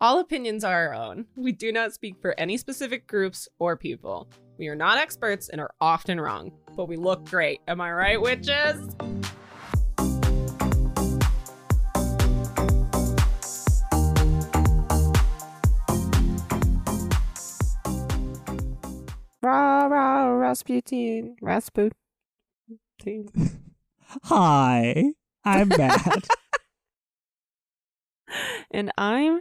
All opinions are our own. We do not speak for any specific groups or people. We are not experts and are often wrong, but we look great. Am I right, witches? Rah, rah, Rasputin. Rasputin. Hi, I'm Matt. And I'm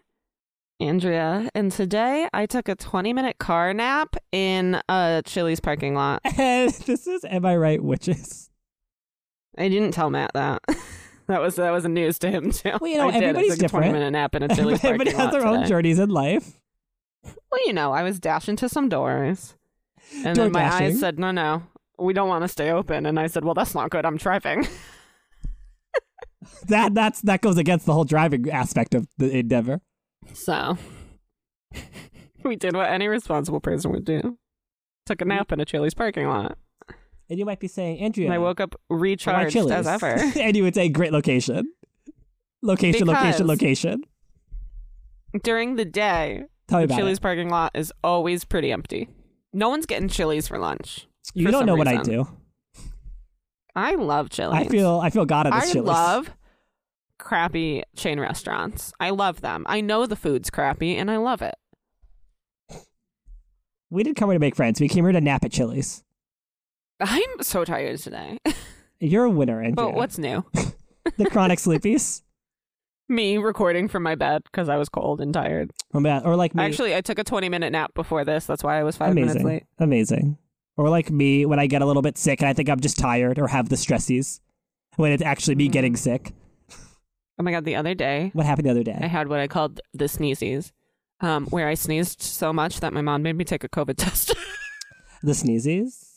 Andrea. And today I took a 20 minute car nap in a Chili's parking lot. and this is Am I Right Witches? I didn't tell Matt that. That was that was news to him too. Well, you know, I did. I everybody's took different. A Twenty minute nap in a Chili's parking Everybody has lot their own today. journeys in life. Well, you know, I was dashing to some doors, and Door then my dashing. eyes said, "No, no, we don't want to stay open." And I said, "Well, that's not good. I'm driving." That that's that goes against the whole driving aspect of the endeavor. So we did what any responsible person would do. Took a nap in a Chili's parking lot. And you might be saying, Andrea, And I woke up why recharged Chili's? as ever. and you would say, great location, location, Because- location, location. During the day, Tell me the about Chili's it. parking lot is always pretty empty. No one's getting Chili's for lunch. You for don't some know what I reason. do. I love Chili's. I feel I feel God at this I Chili's. love crappy chain restaurants. I love them. I know the food's crappy and I love it. We didn't come here to make friends. We came here to nap at Chili's. I'm so tired today. You're a winner, Andrea. but what's new? the chronic sleepies? Me recording from my bed because I was cold and tired. Or ma- Oh, Or like me? Actually, I took a 20 minute nap before this. That's why I was five Amazing. minutes late. Amazing. Or like me, when I get a little bit sick and I think I'm just tired or have the stressies, when it's actually me Mm. getting sick. Oh my God, the other day, What happened the other I day? had what I called the sneezes, um, where I sneezed so much that my mom made me take a COVID test. The sneezes?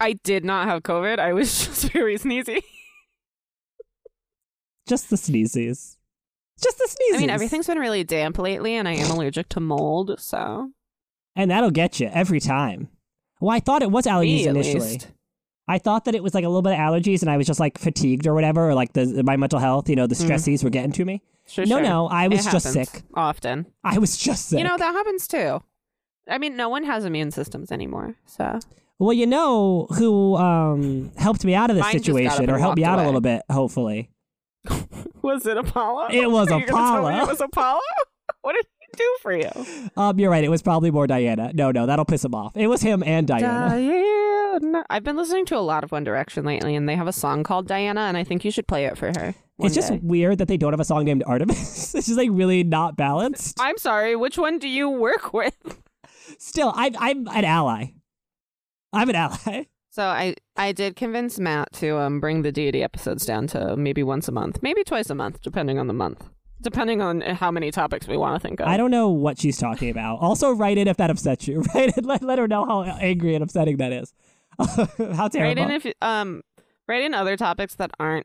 I did not have COVID. I was just very sneezy. Just the sneezes. Just the sneezes. I mean, everything's been really damp lately, and I am allergic to mold, so. And that'll get you every time. Well, I thought it was allergies Me, at Oh, initially. least. I thought that it was like a little bit of allergies and I was just like fatigued or whatever, or like the, my mental health, you know, the Mm. stressies were getting to me. Sure, no, sure. no, I It was just happens sick. Often. I was just sick. You know, that happens too. I mean, no one has immune systems anymore, so. Well, you know who um, helped me out of this Mine just got up situation, and or helped me walked out a away. little bit. Hopefully, Was it Apollo? It was Are you gonna tell me Apollo. It was Apollo? What did he do for you? um, you're right. It was probably more Diana. No, no, that'll piss him off. It was him and Diana. Diana. I've been listening to a lot of One Direction lately, and they have a song called Diana, and I think you should play it for her. one it's just day. weird that they don't have a song named Artemis. it's just like really not balanced. I'm sorry. Which one do you work with? Still, I'm I'm an ally. I'm an ally. So I I did convince Matt to um bring the deity episodes down to maybe once a month, maybe twice a month, depending on the month, depending on how many topics we want to think of. I don't know what she's talking about. Also, write in if that upsets you. Write in, let, let her know how angry and upsetting that is. how write terrible. in if um write in other topics that aren't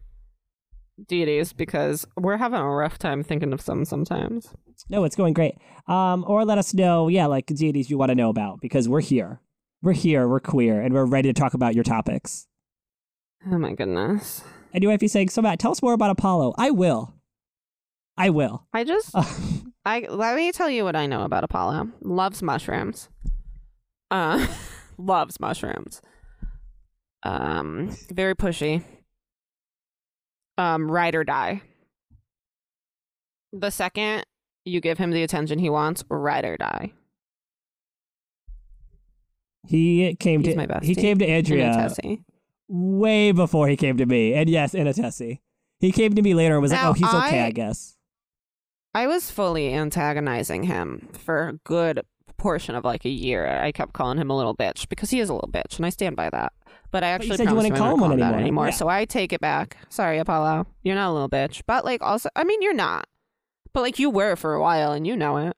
deities because we're having a rough time thinking of some sometimes. No, it's going great. Um, or let us know, yeah, like deities you want to know about because we're here. We're here, we're queer, and we're ready to talk about your topics. Oh my goodness. And you might be saying, so Matt, tell us more about Apollo. I will. I will. I just I let me tell you what I know about Apollo. Loves mushrooms. Uh, loves mushrooms. Um, very pushy. Um, ride or die. The second you give him the attention he wants, ride or die. he came He's to my bestie. he came to You know, Andrea Tessie. way before he came to me. And yes, in a Tessie. He came to me later and was Now, like, oh, he's okay, I- I guess. I was fully antagonizing him for a good portion of like a year. I kept calling him a little bitch because he is a little bitch, and I stand by that. But I But you actually said you promised him wouldn't I call him wouldn't one call him that anymore. anymore. Yeah. So I take it back. Sorry, Apollo. You're not a little bitch, but like also, I mean, you're not. But like you were for a while, and you know it.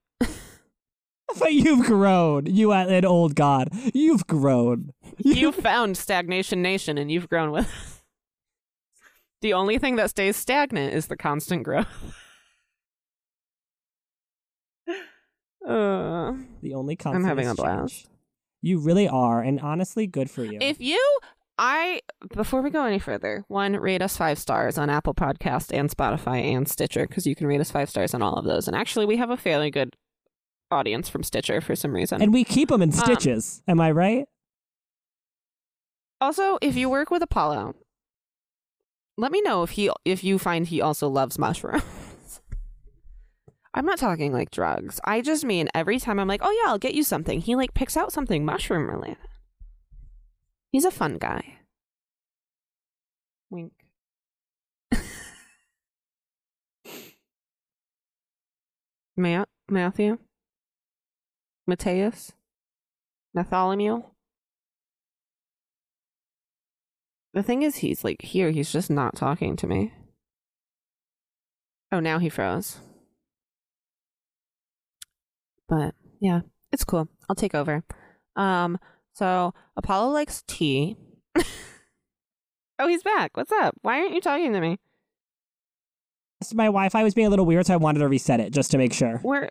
But you've grown. You are an old god. You've grown. You found stagnation nation, and you've grown with. us. The only thing that stays stagnant is the constant growth. uh, The only constant. I'm having is a blast. change. You really are, and honestly, good for you. If you, I before we go any further, one rate us five stars on Apple Podcast and Spotify and Stitcher because you can rate us five stars on all of those. And actually, we have a fairly good audience from Stitcher for some reason. And we keep them Um, in stitches. Am I right? also, if you work with Apollo, let me know if he if you find he also loves mushrooms. I'm not talking like drugs. I just mean every time I'm like, oh yeah, I'll get you something. He like picks out something mushroom related. He's a fun guy. Wink. Matt, Matthew, Mateus, Natholomew. The thing is, he's like here. He's just not talking to me. Oh, now he froze. But yeah, it's cool. I'll take over. Um, so Apollo likes tea. oh, he's back. What's up? Why aren't you talking to me? So My Wi-Fi was being a little weird, so I wanted to reset it just to make sure. We're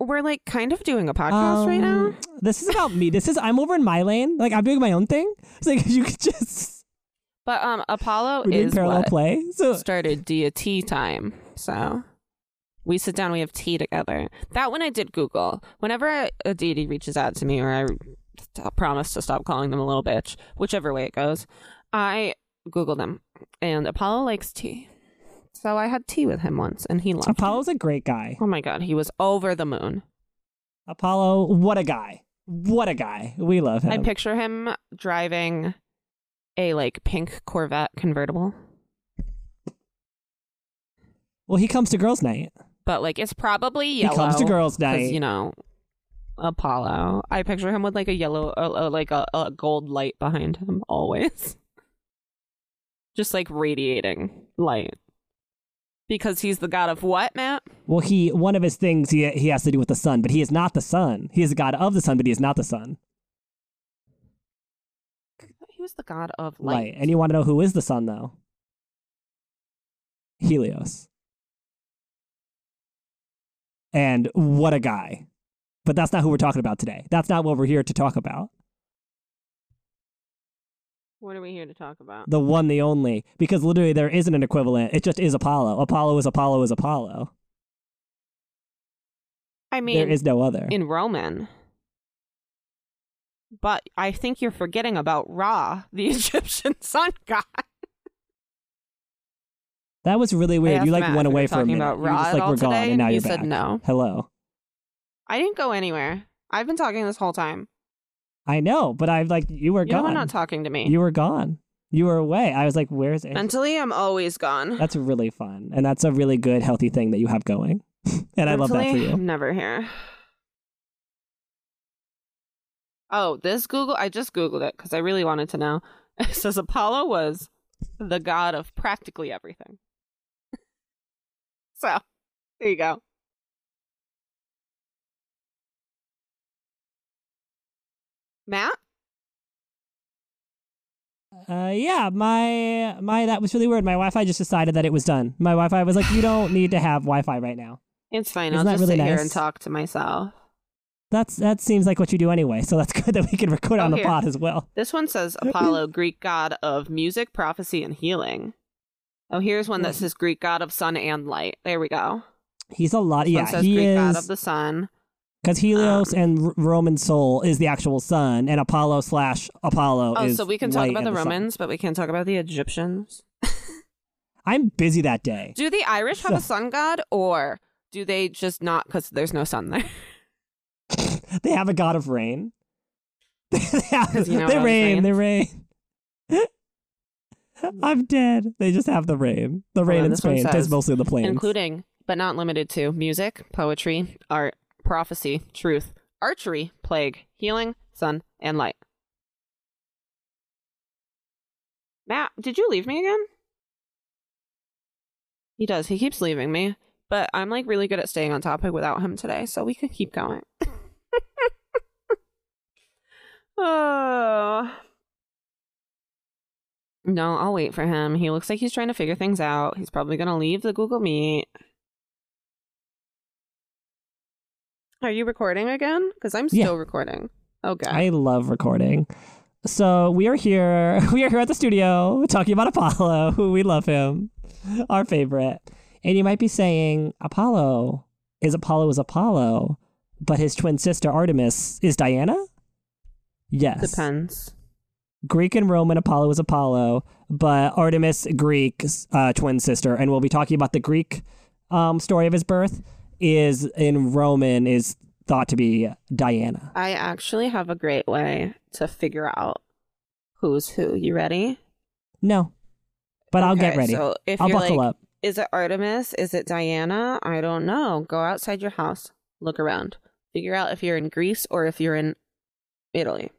we're like kind of doing a podcast right now. Um, This is about me. This is I'm over in my lane. Like I'm doing my own thing. It's like you could just But um, Apollo we're doing is parallel what play. So started D tea time. So we sit down, we have tea together. That one I did Google. Whenever I- a deity reaches out to me, or I st- promise to stop calling them a little bitch, whichever way it goes, I Google them. And Apollo likes tea, so I had tea with him once, and he loved. it. Apollo's a great guy. Oh my god, he was over the moon. Apollo, what a guy. What a guy. We love him. I picture him driving a like pink Corvette convertible. well, he comes to girls' night. but like it's probably yellow. He comes to girls' 'cause, night. you know, Apollo. I picture him with like a yellow, uh, uh, like a, a gold light behind him always, just like radiating light, because he's the god of what, Matt? Well, he one of his things he he has to do with the sun, but he is not the sun. He is the god of the sun, but he is not the sun. He was the god of Light. light. And you want to know who is the sun though? Helios. And what a guy. But that's not who we're talking about today. That's not what we're here to talk about. What are we here to talk about? The one, the only. Because literally there isn't an equivalent. It just is Apollo. Apollo is Apollo is Apollo. I there mean, is no other. in Roman. But I think you're forgetting about Ra, the Egyptian sun god. That was really weird. asked You like Matt if went we were away for a talking minute. about You were Ra just at like all we're gone, today, and now and you're he said back. no. Hello. I didn't go anywhere. I've been talking this whole time. I know, but I'm like you were you gone. are not talking to me. you were gone. You were away. I was like, where's it? Mentally, I'm always gone. That's really fun, and that's a really good, healthy thing that you have going, and I love that for Mentally, you. I'm never here. Oh, this Google, I just Googled it because I really wanted to know. It says Apollo was the god of practically everything. so, there you go. Matt? Uh, yeah, my my that was really weird. My Wi-Fi just decided that it was done. My Wi-Fi was like, you don't need to have Wi-Fi right now. It's fine. Isn't I'll that just really sit here nice? and talk to myself. That's that seems like what you do anyway. So that's good that we can record Oh, on the here. pod as well. This one says Apollo, Greek god of music, prophecy, and healing. Oh, here's one that says Greek god of sun and light. There we go. He's a lot. This Yeah, one says he Greek is. god of the sun. Because Helios Um, and R- Roman Sol is the actual sun, and Apollo slash Apollo Oh, is. so we can talk light about and the sun. Romans, but we can't talk about the Egyptians. I'm busy that day. Do the Irish have So- a sun god, or do they just not because there's no sun there? They have a god of rain. they have, 'Cause you know they about the rain. rain. They rain. I'm dead. They just have the rain. The rain on, in this one Spain. That's says, mostly the plains. Including, but not limited to, music, poetry, art, prophecy, truth, archery, plague, healing, sun, and light. Matt, did you leave me again? He does. He keeps leaving me, but I'm like really good at staying on topic without him today, so we could keep going. oh. No, I'll wait for him. He looks like he's trying to figure things out. He's probably going to leave the Google Meet. Are you recording again? Because I'm Yeah. still recording. Okay. I love recording. So we are here. We are here at the studio talking about Apollo. who We love him, our favorite. And you might be saying, Apollo is Apollo is Apollo, but his twin sister Artemis is Diana. Yes, Depends. Greek and Roman Apollo is Apollo, but Artemis Greek uh, twin sister, and we'll be talking about the Greek um, story of his birth. Is in Roman is thought to be Diana. I actually have a great way to figure out who's who. You ready? No, but I'll get Okay, ready. So if I'll you're buckle like, up. is it Artemis? Is it Diana? I don't know. Go outside your house, look around, figure out if you're in Greece or if you're in Italy.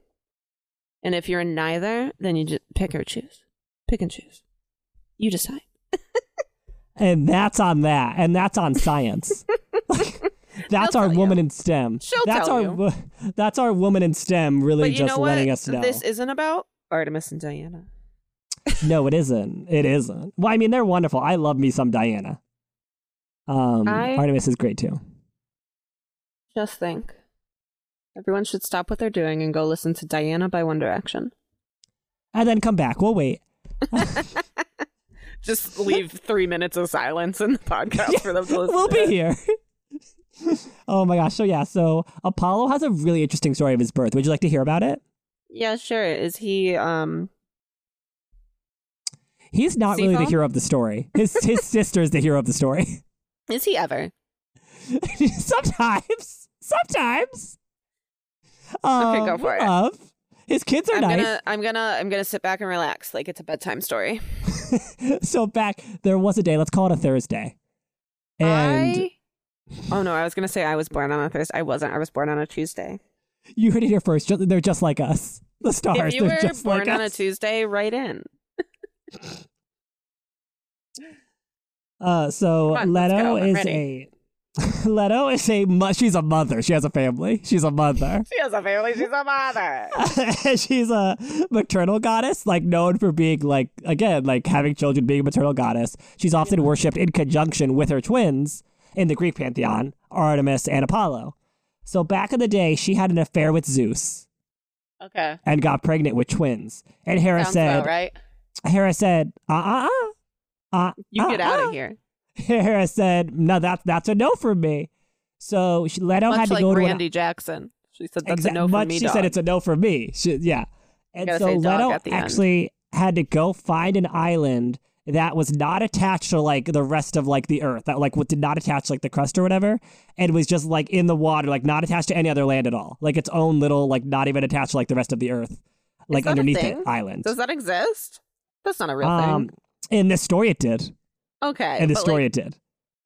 And if you're in neither, then you just pick or choose. Pick and choose. You decide. And that's on that. And that's on science. that's They'll our tell woman you. in STEM. She'll that's tell our you. wo- that's our woman in STEM really but you just know what? letting us know. This isn't about Artemis and Diana. no, it isn't. It isn't. Well, I mean, they're wonderful. I love me some Diana. Um, I- Artemis is great too. Just think. Everyone should stop what they're doing and go listen to Diana by One Direction. And then come back. We'll wait. Just leave three minutes of silence in the podcast for them to listen we'll to be it. here. oh my gosh. So yeah. So Apollo has a really interesting story of his birth. Would you like to hear about it? Yeah, sure. Is he um He's not really the Seafoam? hero of the story. His his sister is the hero of the story. is he ever? sometimes, sometimes. Okay, Um, go for we it. Love. His kids are I'm nice. gonna I'm gonna I'm gonna sit back and relax like it's a bedtime story. So back there was a day. Let's call it a Thursday. And I Oh no, I was gonna say I was born on a Thursday. I wasn't. I was born on a Tuesday. you heard it here first. Ju- They're just like us. The if stars. you were they're just born like on a us. Tuesday, write in. Uh, so Come on, let's Leto go. I'm is ready. a Leto is a mo- she's a mother. She has a family. She's a mother. She has a family, she's a mother. she's a maternal goddess, like known for being like again, like having children, being a maternal goddess. She's often worshipped in conjunction with her twins in the Greek pantheon, Artemis and Apollo. So back in the day, she had an affair with Zeus Okay. and got pregnant with twins. And Hera Sounds said, about right. Hera said, uh uh uh. Uh, You uh, get out of here. Hera said, "No, that's that's a no from me." So she, Leto Much had to like go to an Randy Jackson. She said that's a Exact- no for much- me. She dog. said it's a no for me. She- yeah. And gotta so say dog Leto at the end. actually had to go find an island that was not attached to like the rest of like the earth that like what did not attach like the crust or whatever and was just like in the water like not attached to any other land at all like its own little like not even attached to like the rest of the earth like that a underneath thing? the island Does that exist? That's not a real um thing. in this story it did Okay. in this but, like, story it did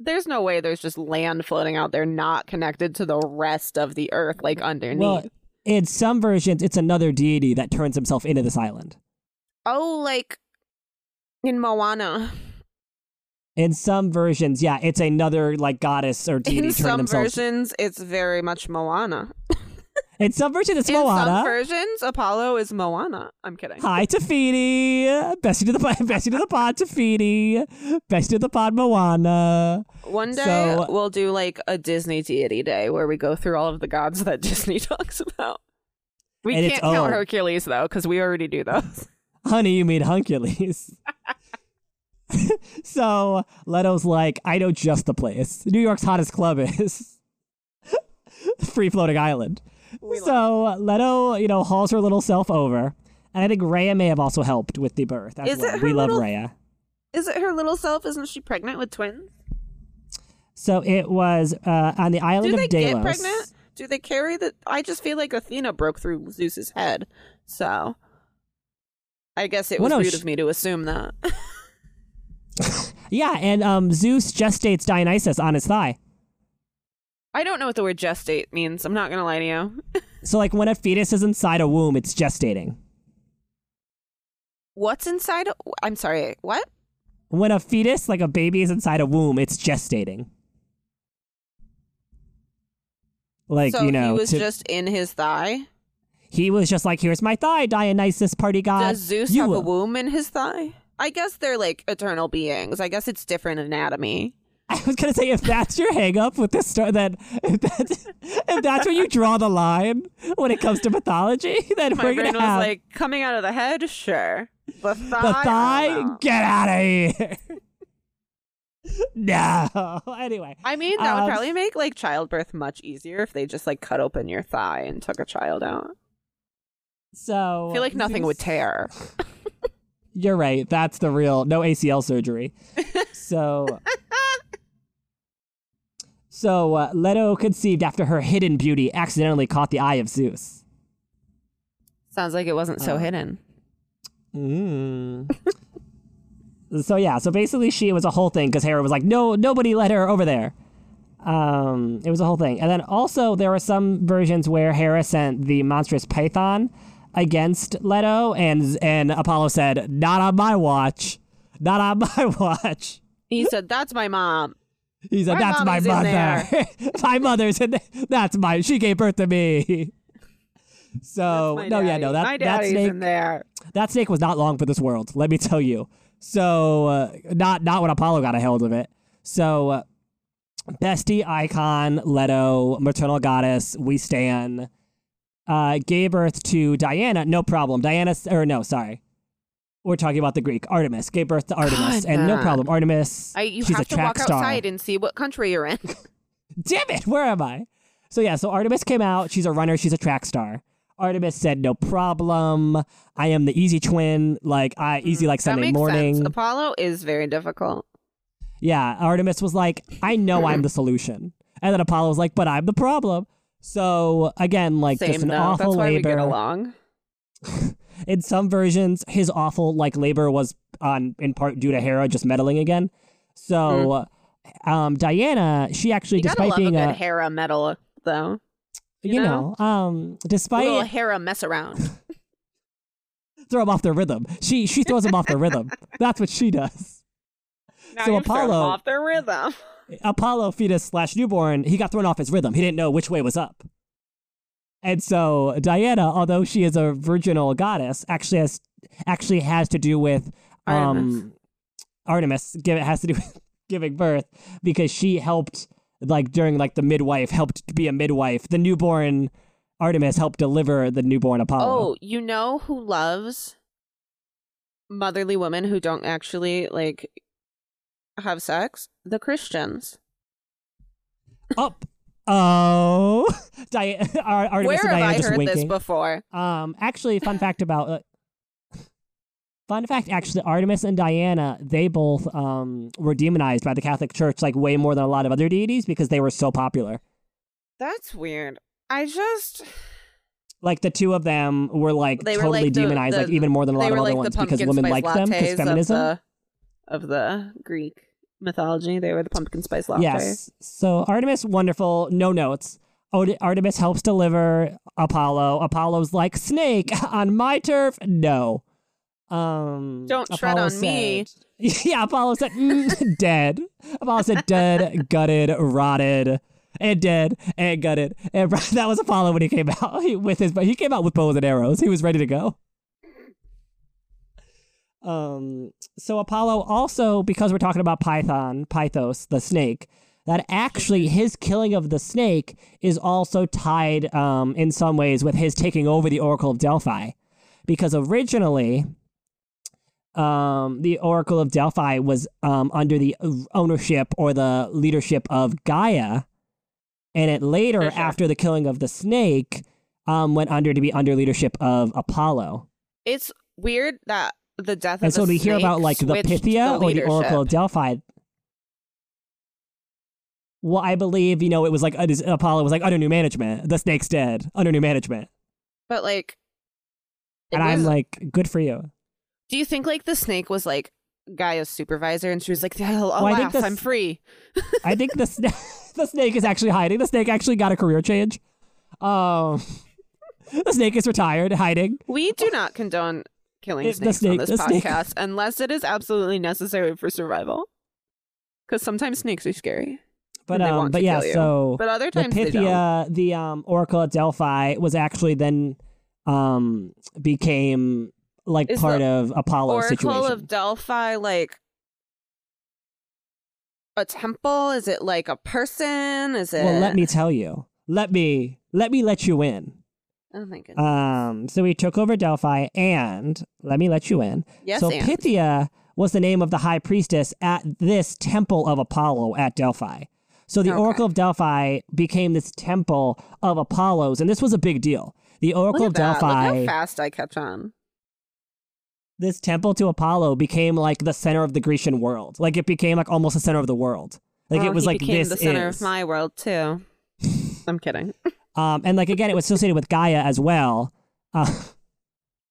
there's no way there's just land floating out there not connected to the rest of the earth, like underneath. well in some versions it's another deity that turns himself into this island oh, like in Moana. In some versions, yeah, it's another like goddess or deity In turning some themselves. versions, it's very much Moana. in some versions, it's In some Moana. versions, Apollo is Moana. I'm kidding. Hi, Tafiti. Bestie to the pod. Bestie to the pod. Tafiti. Bestie to the pod. Moana. One day So- we'll do like a Disney deity day where we go through all of the gods that Disney talks about. We And it's can't count own. Hercules though, because we already do those. Honey, you mean Huncules. so Leto's like, I know just the place. New York's hottest club is Free Floating Island. So Leto, you know, hauls her little self over. And I think Rhea may have also helped with the birth as Is it well. her we love little- Rhea. Is it her little self? Isn't she pregnant with twins? So it was uh, on the island Do of they Delos. get pregnant? Do they carry the? I just feel like Athena broke through Zeus's head, so I guess it was Well, no, rude she- of me to assume that. Yeah, and um, Zeus gestates Dionysus on his thigh. I don't know what the word gestate means. I'm not gonna lie to you. So like when a fetus is inside a womb, it's gestating. What's inside? a- I'm sorry. What? When a fetus, like a baby, is inside a womb, it's gestating. Like so you know, he was to- just in his thigh. he was just like, "Here's my thigh, Dionysus, party god." Does Zeus Uh, you have a will." womb in his thigh? I guess they're like eternal beings. I guess it's different anatomy. I was gonna say if that's your hang up with this story, then if that's, if that's where you draw the line when it comes to mythology, then My we're brain gonna was have like coming out of the head, sure. The thigh, the I thigh. don't know. Get out of here. no. Anyway, I mean, that Um, would probably make like childbirth much easier if they just like cut open your thigh and took a child out. so I feel like nothing would tear. You're right. That's the real no ACL surgery. So So uh, Leto conceived after her hidden beauty accidentally caught the eye of Zeus. Sounds like it wasn't Uh. so hidden. Mm. so yeah, so basically she it was a whole thing because Hera was like, no, nobody let her over there. Um, it was a whole thing, and then also there were some versions where Hera sent the monstrous Python against Leto, and and Apollo said, not on my watch, not on my watch. He said, "That's my mom." He said, My "That's my mommy's in mother. my mother's in there. That's my. She gave birth to me." So My Oh, no, yeah, daddy. no. That my that daddy's snake, in there. that snake was not long for this world. Let me tell you. So uh, not not when Apollo got a hold of it. So uh, bestie icon Leto, maternal goddess, we stan. Uh, gave birth to Diana. No problem. Diana, or no, sorry. We're talking about the Greek Artemis. Gave birth to Artemis, God, and no man. problem. Artemis. I, you she's a have to track walk star. outside and see what country you're in. Damn it, where am I? So yeah, so Artemis came out. She's a runner. She's a track star. Artemis said, "No problem. I am the easy twin. Like I easy like Mm-hmm. that Sunday makes morning." sense. Apollo is very difficult. Yeah, Artemis was like, "I know I'm the solution," and then Apollo was like, "But I'm the problem." So again, like Same just an though. awful That's why we get labor. along. In some versions, his awful like labor was on in part due to Hera just meddling again. So, um, Diana, she actually, Mm. You gotta despite love a being good Hera medal, though. you, you know, um, despite Little Hera mess around. throw them off their rhythm. She she throws them off their rhythm. That's what she does. Now So you've thrown Apollo- off their rhythm. Apollo fetus slash newborn, he got thrown off his rhythm. He didn't know which way was up. And so Diana, although she is a virginal goddess, actually has actually has to do with um Artemis. Give it has to do with giving birth because she helped like during like the midwife helped to be a midwife. The newborn Artemis helped deliver the newborn Apollo. Oh, you know who loves motherly women who don't actually like have sex? The Christians. up. Oh, Diana, Ar- Artemis Where and have Diana I just heard winking. this before? Um, actually, fun fact about uh, fun fact actually, Artemis and Diana they both um were demonized by the Catholic Church like way more than a lot of other deities because they were so popular. That's weird. I just Like the two of them were like They were, totally like, the- demonized, the- like even more than a lot they of were other like ones the because pumpkin women spice liked them lattes because feminism. of the, of the Greek mythology. They were the pumpkin spice lattes. Yes. So Artemis, wonderful. No notes. Od- Artemis helps deliver Apollo. Apollo's like snake on my turf. No. Um. Don't tread Apollo on me. said- yeah. Apollo said mm, dead. Apollo said dead, gutted, rotted, and dead and gutted. And ro- that was Apollo when he came out He- with his. He came out with bows and arrows. He was ready to go. Um, so Apollo also, because we're talking about Python, Pythos, the snake, that actually his killing of the snake is also tied um, in some ways with his taking over the Oracle of Delphi. Because originally, um, the Oracle of Delphi was um, under the ownership or the leadership of Gaia. And it later, Sure, sure. after the killing of the snake, um, went under to be under leadership of Apollo. It's weird that the death And of the so to hear snake about like the switched Pythia or the Oracle of leadership. Delphi. Well, I believe you know it was like it is- Apollo was like under new management. The snake's dead under new management, But like it and I'm was- like, good for you. Do you think like the snake was like Gaia's supervisor and she was like, "Hell, Well, I think alas, the I'm s- free. I think the sna- the snake is actually hiding. The snake actually got a career change. Um, the snake is retired, hiding. We do not condone killing If the snakes snake- on the this snake- podcast unless it is absolutely necessary for survival. Because sometimes snakes are scary. But and they um, want but to yeah, kill you. so but other the times they don't. Pythia, the um, Oracle at Delphi, was actually then um became like Is part the of Apollo's Oracle situation. of Delphi, like a temple? Is it like a person? Is it? Well, let me tell you. Let me let me let you in. Oh my goodness. Um, so he took over Delphi, and let me let you in. yes, so and Pythia was the name of the high priestess at this temple of Apollo at Delphi. So the Okay. Oracle of Delphi became this temple of Apollo's, and this was a big deal. The Look Oracle at of that. Delphi, Look how fast I kept on. this temple to Apollo, became like the center of the Grecian world. Like it became like almost the center of the world. Like Oh, it was he like became this the center is. of my world too. I'm kidding. Um, and like again, it was associated with Gaia as well. Uh,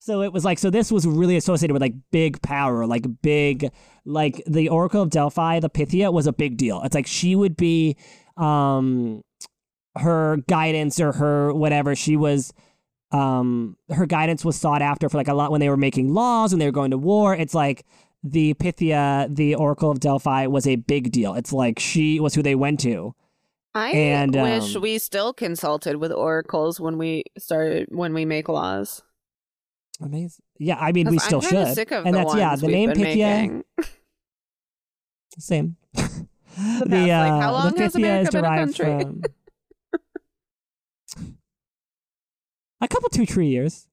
so it was like so this was really associated with like big power, like big, like the Oracle of Delphi, the Pythia was a big deal. It's like she would be, um, her guidance or her whatever she was. Um, her guidance was sought after for like a lot when they were making laws when they were going to war. It's like the Pythia, the Oracle of Delphi, was a big deal. It's like she was who they went to. I And, wish um, we still consulted with oracles when we started when we make laws. Amazing. Yeah, I mean, we 'Cause still I'm kinda should. Sick of and the that's yeah, ones the we've name been Pythia, making. same. The past, like, how uh, long the has Pythia America is been a derived country? from a couple, two, three years.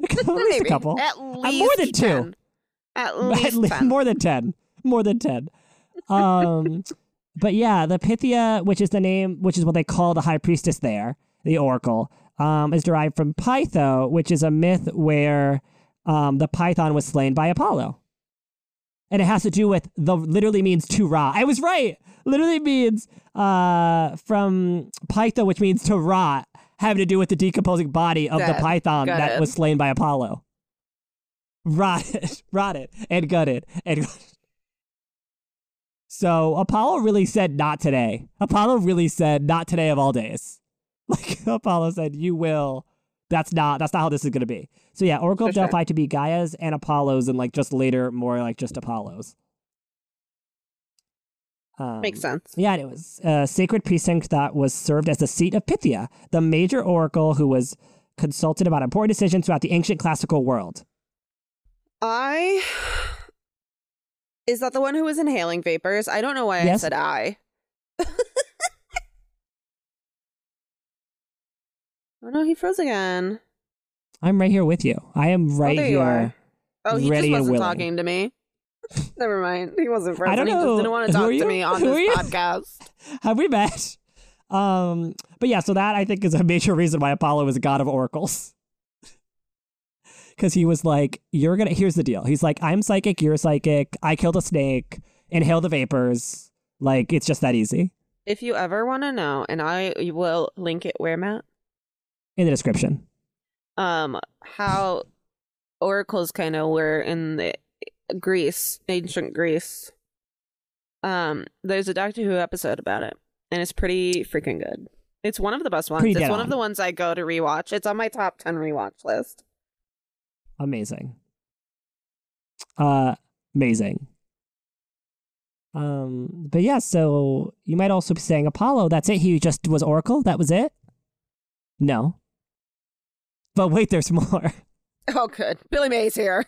A couple- at least Maybe. a couple. At least more than two. 10. At least, At least 10. more than ten. More than ten. Um, but yeah, the Pythia, which is the name, which is what they call the high priestess there, the oracle, um, is derived from Pytho, which is a myth where um, the python was slain by Apollo. And it has to do with the literally means to ra. I was right. Literally means uh, from Pytho, which means to rot, having to do with the decomposing body of the Dead. python that Gutted. was slain by Apollo. Rotted, rotted, and gutted, and so Apollo really said not today. Apollo really said not today of all days. Like Apollo said, you will. That's not that's not how this is gonna be. So yeah, Oracle of For sure. Delphi to be Gaia's and Apollo's, and like just later more like just Apollo's. Um, Makes sense. yeah, and it was a sacred precinct that was served as the seat of Pythia, the major oracle who was consulted about important decisions throughout the ancient classical world. I is that the one who was inhaling vapors? I don't know why I Yes. said I. oh no, he froze again. I'm right here with you. I am right oh, there here. you are. Oh, he ready just and wasn't willing. talking to me. Never mind. He wasn't frozen. I don't He know. just didn't want to Who talk are to you? me on Who are you? this podcast. have we met? Um, but yeah, so that I think is a major reason why Apollo is a god of oracles. Because he was like, you're gonna, here's the deal. He's like, I'm psychic, you're psychic, I killed a snake, inhale the vapors. Like, it's just that easy If you ever want to know, and I will link it where Matt. in the description. um how oracles kind of were in the Greece, ancient Greece. Um, there's a Doctor Who episode about it, and it's pretty freaking good. It's one of the best ones. Pretty it's dead one of on. the ones I go to rewatch. It's on my top ten rewatch list. Amazing. Uh, amazing. Um, but yeah, so you might also be saying Apollo, that's it. He just was Oracle, that was it? No. But wait, there's more. Oh, good. Billy Mays here.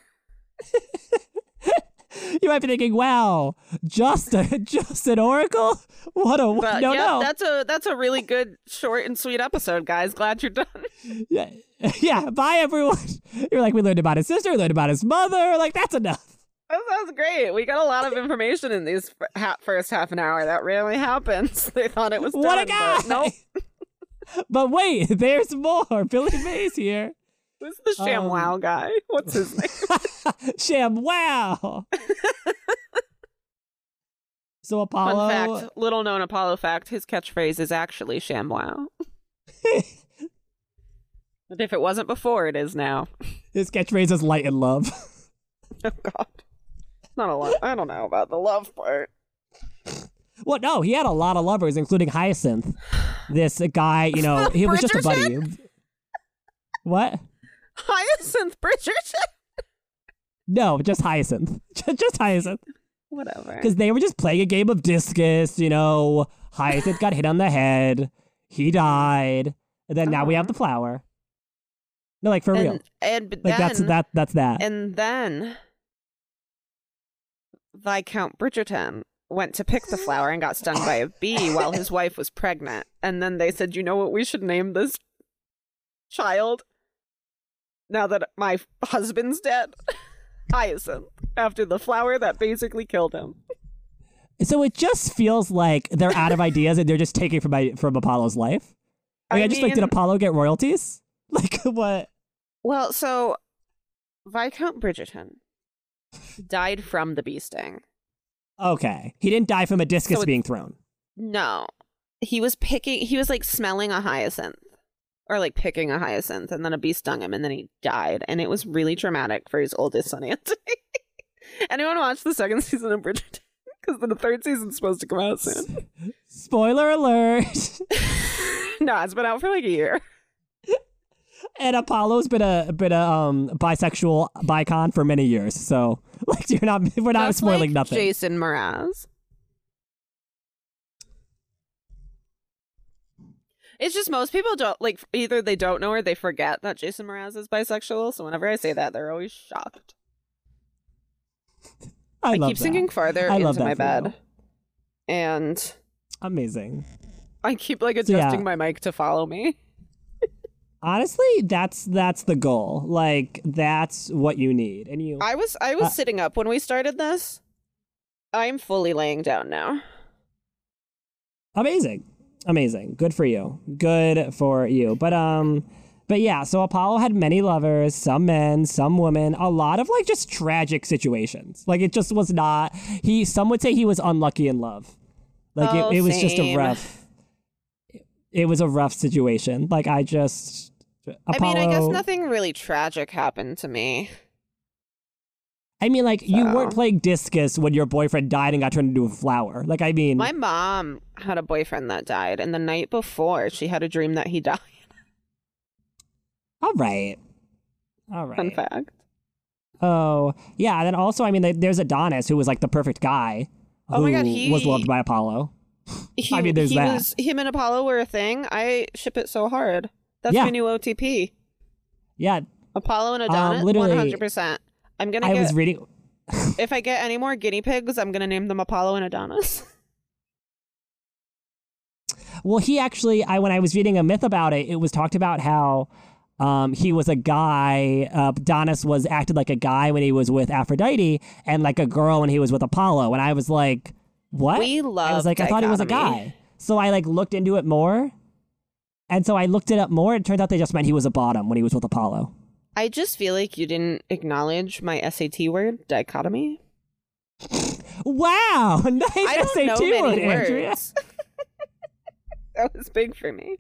you might be thinking, "Wow, just a, just an oracle? What a But no, yeah, no, that's a that's a really good short and sweet episode, guys. Glad you're done. yeah, yeah." Bye, everyone. You're like, we learned about his sister, we learned about his mother. Like that's enough. That sounds great. We got a lot of information in these f- ha- first half an hour. That rarely happens. They thought it was what a done, guy! But nope. but wait, there's more. Billy Mays here. Who's the Um, ShamWow Wow guy? What's his name? Sham! Wow. so Apollo. Fun fact, little known Apollo fact, his catchphrase is actually ShamWow. But if it wasn't before, it is now. His catchphrase is "Light and Love." Oh god. Not a lot. I don't know about the love part. Well, no, he had a lot of lovers, including Hyacinth. This guy, you know, he was just a buddy. What? Hyacinth Bridgerton. No, just Hyacinth. Just, just Hyacinth. Whatever. Because they were just playing a game of discus, you know. Hyacinth got hit on the head. He died. And then now we Uh-huh. have the flower. No, like for and, real. And but Like then, that's that that's that. and then Viscount Bridgerton went to pick the flower and got stung by a bee while his wife was pregnant. And then they said, you know what, we should name this child now that my husband's dead? Hyacinth, after the flower that basically killed him. So it just feels like they're out of ideas and they're just taking from my, from Apollo's life. Like, I, I just like, did mean- Apollo get royalties? Like, what? Well, so Viscount Bridgerton died from the bee sting. Okay, he didn't die from a discus So it- being thrown. No. He was picking he was like smelling a hyacinth or like picking a hyacinth and then a bee stung him and then he died and it was really dramatic for his oldest son Anthony. Anyone watch the second season of Bridgerton? Because the third season's supposed to come out soon. Spoiler alert! no, it's been out for like a year. and Apollo's been a been a um bisexual bicon for many years. So like, you're not we're not Just spoiling like nothing. Jason Mraz. It's just most people don't like either they don't know or they forget that Jason Mraz is bisexual. So whenever I say that, they're always shocked. I, I, love keep that. sinking farther I into love that my for you. bed, and Amazing. I keep like So, yeah. adjusting my mic to follow me. Honestly, that's that's the goal. Like that's what you need. And you I was I was Uh, sitting up when we started this. I'm fully laying down now. amazing. Amazing. Good for you. Good for you. But um but yeah, so Apollo had many lovers, some men, some women, a lot of like just tragic situations. Like it just was not he some would say he was unlucky in love. Like Oh, it, it was just a same. rough it was a rough situation. Like I just Apollo I mean, I guess nothing really tragic happened to me. I mean, like you So. weren't playing discus when your boyfriend died and got turned into a flower. Like I mean, My mom had a boyfriend that died, and the night before, she had a dream that he died. all right, all right. Fun fact. Oh yeah, and then also I mean, like, there's Adonis who was like the perfect guy. Oh my God, who he- was loved by Apollo. He, I mean, there's he that. Was, him and Apollo were a thing. I ship it so hard. That's Yeah. my new OTP. Yeah, Apollo and Adonis. literally, One hundred percent. I'm gonna I get was reading. if I get any more guinea pigs, I'm gonna name them Apollo and Adonis. Well, he actually, I when I was reading a myth about it, it was talked about how um, he was a guy. Uh, Adonis was acted like a guy when he was with Aphrodite, and like a girl when he was with Apollo. And I was like, what? We love. I was like, I thought he was a dichotomy. guy. So I like looked into it more. And so I looked it up more. It turns out they just meant he was a bottom when he was with Apollo. I just feel like you didn't acknowledge my SAT word dichotomy. Wow. Nice I don't SAT know many word, Andrea. words. that was big for me.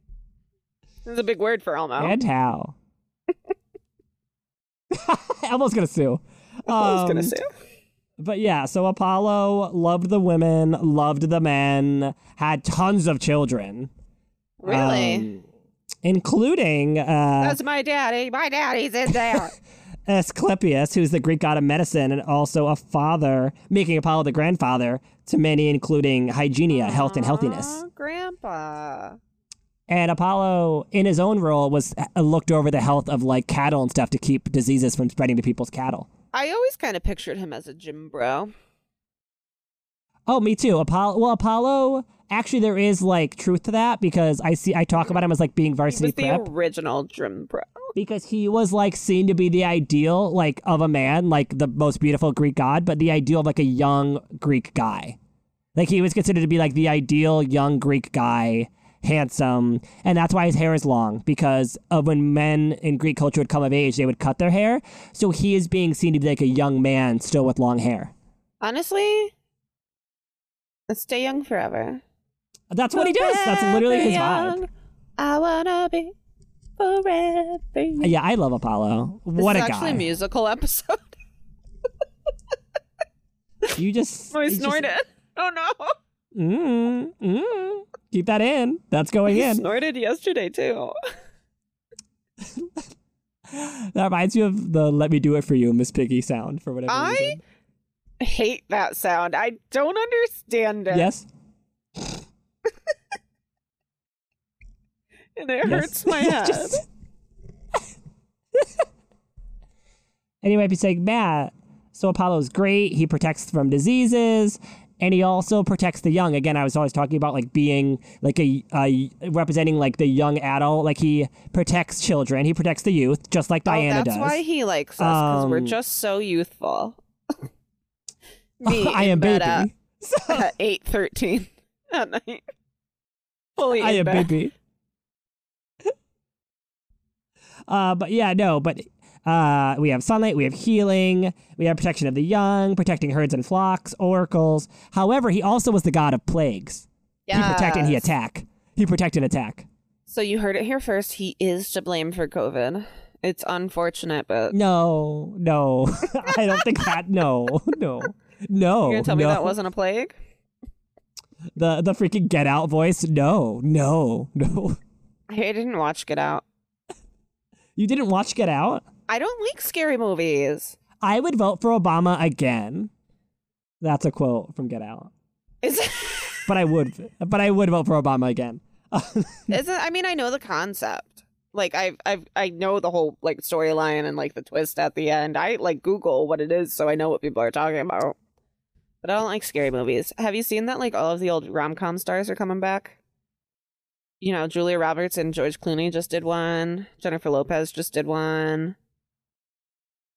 It was a big word for Elmo. And how. Elmo's going to sue. I was gonna Um, say. But yeah, so Apollo loved the women, loved the men, had tons of children. Really? um, including uh, That's my daddy. My daddy's in there. Asclepius, who's the Greek god of medicine and also a father, making Apollo the grandfather to many, including Hygienia, health and healthiness. Aw, Grandpa. And Apollo, in his own role, was uh, looked over the health of like cattle and stuff to keep diseases from spreading to people's cattle. I always kind of pictured him as a gym bro. Oh, me too. Apollo. Well, Apollo. Actually, there is like truth to that because I see I talk about him as like being He varsity was the prep original gym bro. because he was like seen to be the ideal like of a man, like the most beautiful Greek god, but the ideal of like a young Greek guy. Like he was considered to be like the ideal young Greek guy, handsome, and that's why his hair is long because of when men in Greek culture would come of age, they would cut their hair. So he is being seen to be like a young man still with long hair. Honestly, let's stay young forever. That's what he does. That's literally his vibe. I wanna be forever. Young. Yeah, I love Apollo. What this is a actually guy! a musical episode. You just I you just- snorted. Oh no. mm, mm, keep that in. That's going I in. snorted yesterday too. That reminds you of the "Let me do it for you, Miss Piggy" sound for whatever I reason. Hate that sound. I don't understand it. Yes. And it yes. hurts my head. Just- and you might be saying, Matt, so Apollo's great. He protects from diseases. and he also protects the young. Again, I was always talking about like being like a, a representing like the young adult. Like he protects children, he protects the youth, just like Diana oh, that's does. why he likes us because we're Um, just so youthful. Me, I in am bed baby. At, at eight thirteen at night. Fully I in am bed. baby. uh, but yeah, no, but uh, we have sunlight, we have healing, we have protection of the young, protecting herds and flocks, oracles. However, he also was the god of plagues. He protect and he Yes. attack. He protect and attack. So you heard it here first. He is to blame for COVID. It's unfortunate, but No, no, I don't think that. No, no, no. you're gonna tell me no. that wasn't a plague? the the freaking Get Out voice. No, no, no. I didn't watch Get Out. You didn't watch Get Out? I don't like scary movies. I would vote for Obama again. That's a quote from Get Out. Is it? But I would, but I would vote for Obama again. Oh, Is it? I mean, I know the concept. Like I've I've I know the whole like storyline and like the twist at the end. I like Google what it is, so I know what people are talking about. But I don't like scary movies. Have you seen that? Like all of the old rom com stars are coming back. You know, Julia Roberts and George Clooney just did one. Jennifer Lopez just did one.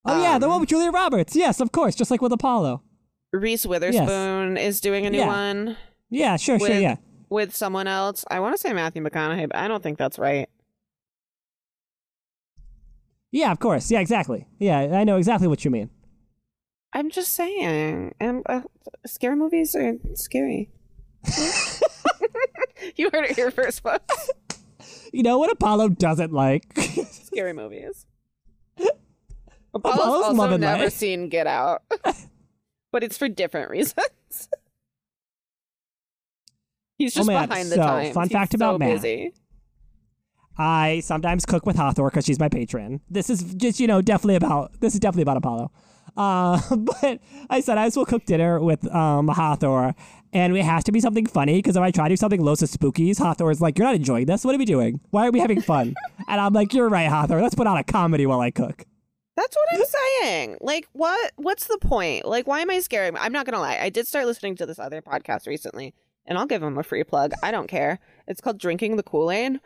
Oh yeah, the Um, one with Julia Roberts. Yes, of course, just like with Apollo. Reese Witherspoon is doing a new Yeah. one Yeah, sure, sure, with- yeah. with someone else. I want to say Matthew McConaughey, but I don't think that's right. Yeah, of course. Yeah, exactly. Yeah, I know exactly what you mean. I'm just saying. And uh, scary movies are scary. you heard it here first, folks. You know what Apollo doesn't like? Scary movies. Apollo's Apollo's also loving never life. seen Get Out, but it's for different reasons. He's Oh just my God, behind the so, times. fun He's fact so about Matt. busy. I sometimes cook with Hathor because she's my patron. This is just, you know, definitely about this is definitely about Apollo. Uh, but I said I as well cook dinner with um, Hathor, and it has to be something funny because if I try to do something low to spookies, Hathor is like, "You're not enjoying this. What are we doing? Why are we having fun?" and I'm like, "You're right, Hathor. Let's put on a comedy while I cook." That's what I'm saying. Like, what? What's the point? Like, why am I scaring? I'm not gonna lie. I did start listening to this other podcast recently, and I'll give them a free plug. I don't care. It's called Drinking the Kool Aid,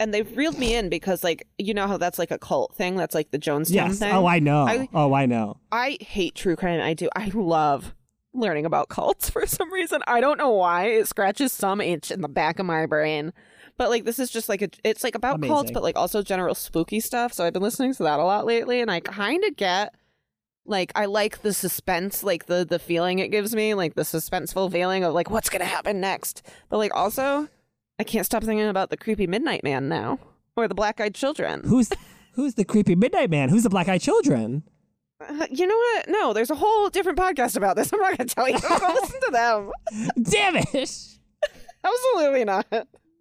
and they've reeled me in because, like, you know how that's like a cult thing. That's like the Jonestown Yes. thing. Oh, I know. I- oh, I know. I hate true crime. I do. I love learning about cults for some reason. I don't know why. It scratches some itch in the back of my brain. But like this is just like a, it's like about cults, Amazing. but like also general spooky stuff. So I've been listening to that a lot lately, and I kind of get like I like the suspense, like the the feeling it gives me, like the suspenseful feeling of like what's gonna happen next. But like also, I can't stop thinking about the creepy midnight man now, or the black eyed children. Who's who's the creepy midnight man? Who's the black eyed children? Uh, You know what? No, there's a whole different podcast about this. I'm not going to tell you. Go listen to them. Damn it! Absolutely not.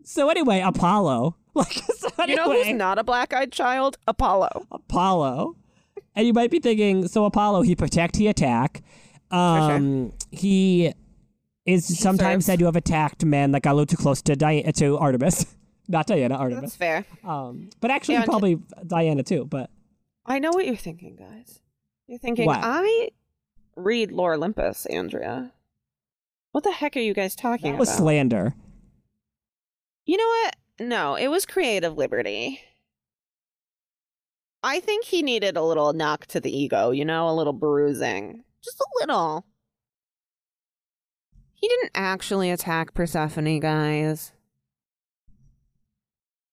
So anyway, Apollo. Like, so You know who's anyway- not a black eyed child? Apollo. Apollo. And you might be thinking, so Apollo, he protect, he attack. Um, He is serves. sometimes said to have attacked men that got a little too close to Diana, to Artemis, not Diana, That's Artemis. fair. Um, but actually, Yeah, and- probably Diana too. But I know what you're thinking, guys. You're thinking, What? I read Lore Olympus, Andrea. What the heck are you guys talking that was about? slander. You know what? No, it was creative liberty. I think he needed a little knock to the ego, you know, a little bruising. Just a little. He didn't actually attack Persephone, guys.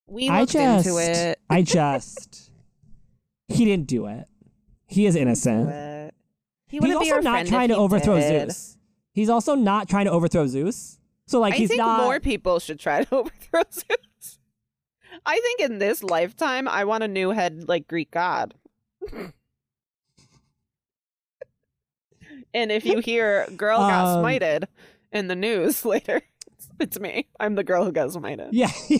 We I looked just, into it. I just, he didn't do it. He is innocent. but He he's wouldn't be also our not friend if trying to he overthrow did. Zeus. He's also not trying to overthrow Zeus. So like I he's think not. more people should try to overthrow Zeus. I think in this lifetime, I want a new head like Greek god. and if you hear "girl got Um, smited" in the news later, it's, it's me. I'm the girl who got smited. Yeah, yeah.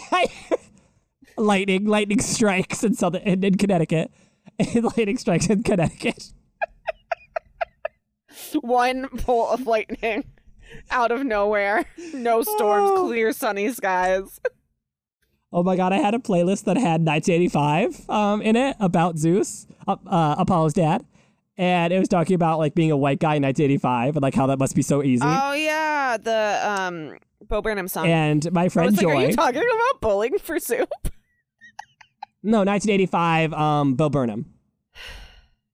lightning, lightning strikes in southern in, in Connecticut. lightning strikes in Connecticut. One bolt of lightning out of nowhere, no storms, Oh. clear sunny skies. Oh my god, I had a playlist that had 1985 um, in it about Zeus, uh, uh, Apollo's dad, and it was talking about like being a white guy in 1985 and like how that must be so easy. Oh yeah, the um Bo Burnham song. and my I friend was like, Joy, are you talking about bowling for soup? no, 1985, um, Bo Burnham.